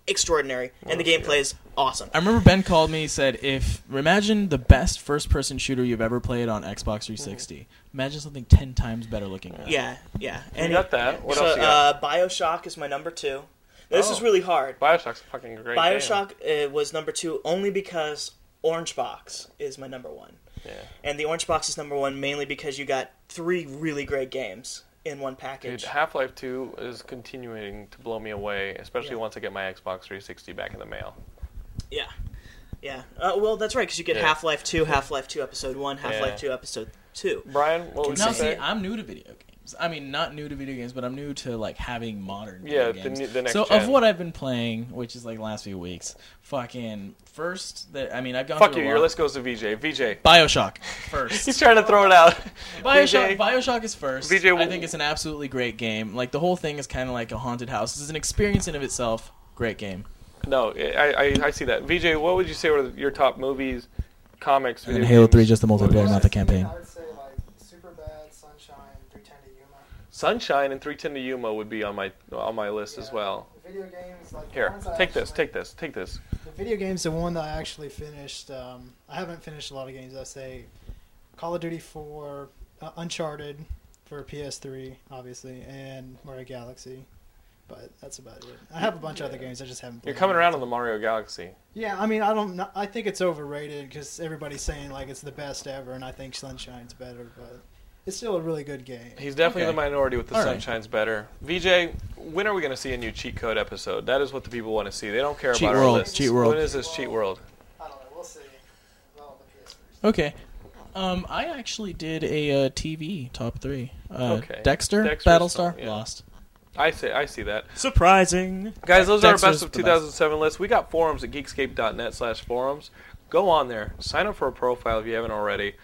C: extraordinary and the gameplay is awesome.
B: I remember Ben called me. He said, "If imagine the best first-person shooter you've ever played on Xbox 360. Imagine something ten times better looking." Than that."
C: Yeah, yeah.
A: You
C: And
A: got that. What
C: so,
A: else you got?
C: Uh, Bioshock is my number two. This is
A: Oh.
C: really hard.
A: Bioshock's a fucking great. game.
C: Bioshock uh, was number two only because Orange Box is my number one.
A: Yeah.
C: And the Orange Box is number one mainly because you got three really great games in one package.
A: Dude, Half Life 2 is continuing to blow me away, especially
C: Yeah.
A: once I get my Xbox 360 back in the mail.
C: yeah. Yeah. Uh, well, that's right, because you get
A: Yeah.
C: Half Life 2, Half Life 2 Episode 1, Half Life
A: Yeah.
C: 2 Episode 2.
A: Brian, what would
B: Now,
A: you
B: see,
A: say?
B: I'm new to video games. I mean, not new to video games, but I'm new to like having modern.
A: Yeah,
B: video
A: the
B: games.
A: new- the next
B: So of
A: gen.
B: what I've been playing, which is like last few weeks, fucking first that I mean, I've gone.
A: Fuck
B: through
A: you,
B: a
A: your
B: lot.
A: list goes to VJ. VJ.
B: Bioshock first.
A: He's trying to throw it out. VJ,
B: Bioshock, Bioshock is first.
A: VJ,
B: I think it's an absolutely great game. Like the whole thing is kind of like a haunted house. It's an experience in of itself. Great game.
A: No, I, I, I see that. VJ, what would you say were your top movies, comics,
B: And
A: video
B: Halo
A: games?
B: Three, just the multiplayer, not the
D: I would say-
B: campaign.
D: I would say like Superbad, Sunshine, Pretend to Yuma.
A: Sunshine and 310 to Yuma would be on my on my list as
D: Yeah.
A: well.
D: Video games like the
A: Here,
D: ones I
A: take this,
D: actually-
A: take this, take this.
D: The video games, the one that I actually finished. Um, I haven't finished a lot of games. I say Call of Duty 4, uh, Uncharted for PS3, obviously, and Mario Galaxy. But that's about it. I have a bunch of other games. I just haven't.
A: You're
D: played.
A: coming around on the Mario Galaxy.
D: Yeah, I mean, I don't. kn- I think it's overrated because everybody's saying like it's the best ever, and I think Sunshine's better. But it's still a really good game.
A: He's definitely
B: Okay.
A: the minority with the
B: All right.
A: sunshine's better. VJ, when are we going to see a new cheat code episode? That is what the people want to see. They don't care
B: Cheat
A: about
B: world,
A: our list.
B: cheat world.
A: When is this cheat world?
D: I don't know. We'll see. Well, the PS3.
B: Okay. Um, I actually did a uh, TV top three. Uh,
A: Okay.
B: Dexter,
A: Dexter's
B: Battlestar,
A: fine, yeah.
B: Lost.
A: I see. I see that,
C: Surprising.
A: guys. Those are our
B: Dexter's
A: best of
B: the best.
A: 2007 lists. We got forums at geekscape.net/forums. Go on there, sign up for a profile if you haven't already.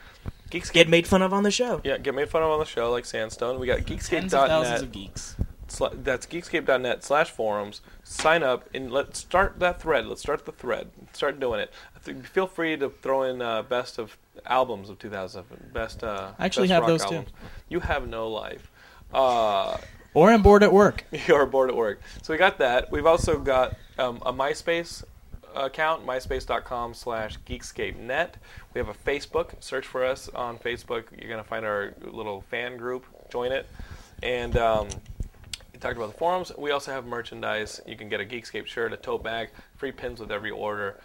A: Geekscape.
C: Get made fun of on the show.
A: yeah, get made fun of on the show like Sandstone. We got
B: Tens of
A: geekscape.net.
B: thousands of geeks.
A: sla- that's geekscape.net slash forums sign up and let's start that thread let's start the thread start doing it I think- feel free to throw in uh, best of albums of 2007 best uh,
B: I actually
A: best
B: have
A: rock
B: those too.
A: albums. you have no life uh,
B: Or I'm bored at work.
A: you're bored E at work so we got that we've also got um, a myspace account myspace.com slash geekscape.net we have a facebook search for us on facebook you're going to find our little fan group join it and um, we talked about the forums. We also have merchandise. You can get a Geekscape shirt, a tote bag, free pins with every order.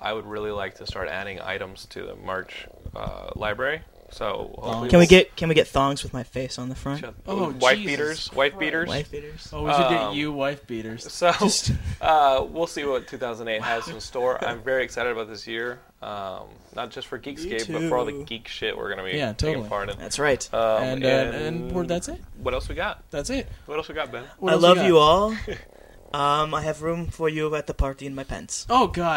A: I would really like to start adding items to the merch uh, library. So hopefully
C: Can we
A: we'll-
C: get can we get thongs with my face on the front?
A: Shut-
B: Oh,
A: wife
B: Jesus
A: beaters? Wife beaters?
C: Wife beaters.
B: Oh, we should get
A: Um,
B: you wife beaters.
A: So
C: Just-
A: uh, we'll see what 2008 has in store. I'm very excited about this year, um, not just for Geekscape, but for all the
C: too.
A: geek shit we're going to be
B: Yeah,
A: taking
B: totally.
A: part in.
C: That's right.
A: Um,
B: and, uh, and we're- that's it.
A: What else we got?
B: That's it.
A: What else we got, Ben?
B: What
C: I
B: else we
C: love
B: got?
C: you all. Um, I have room for you at the party in my pants.
B: Oh God.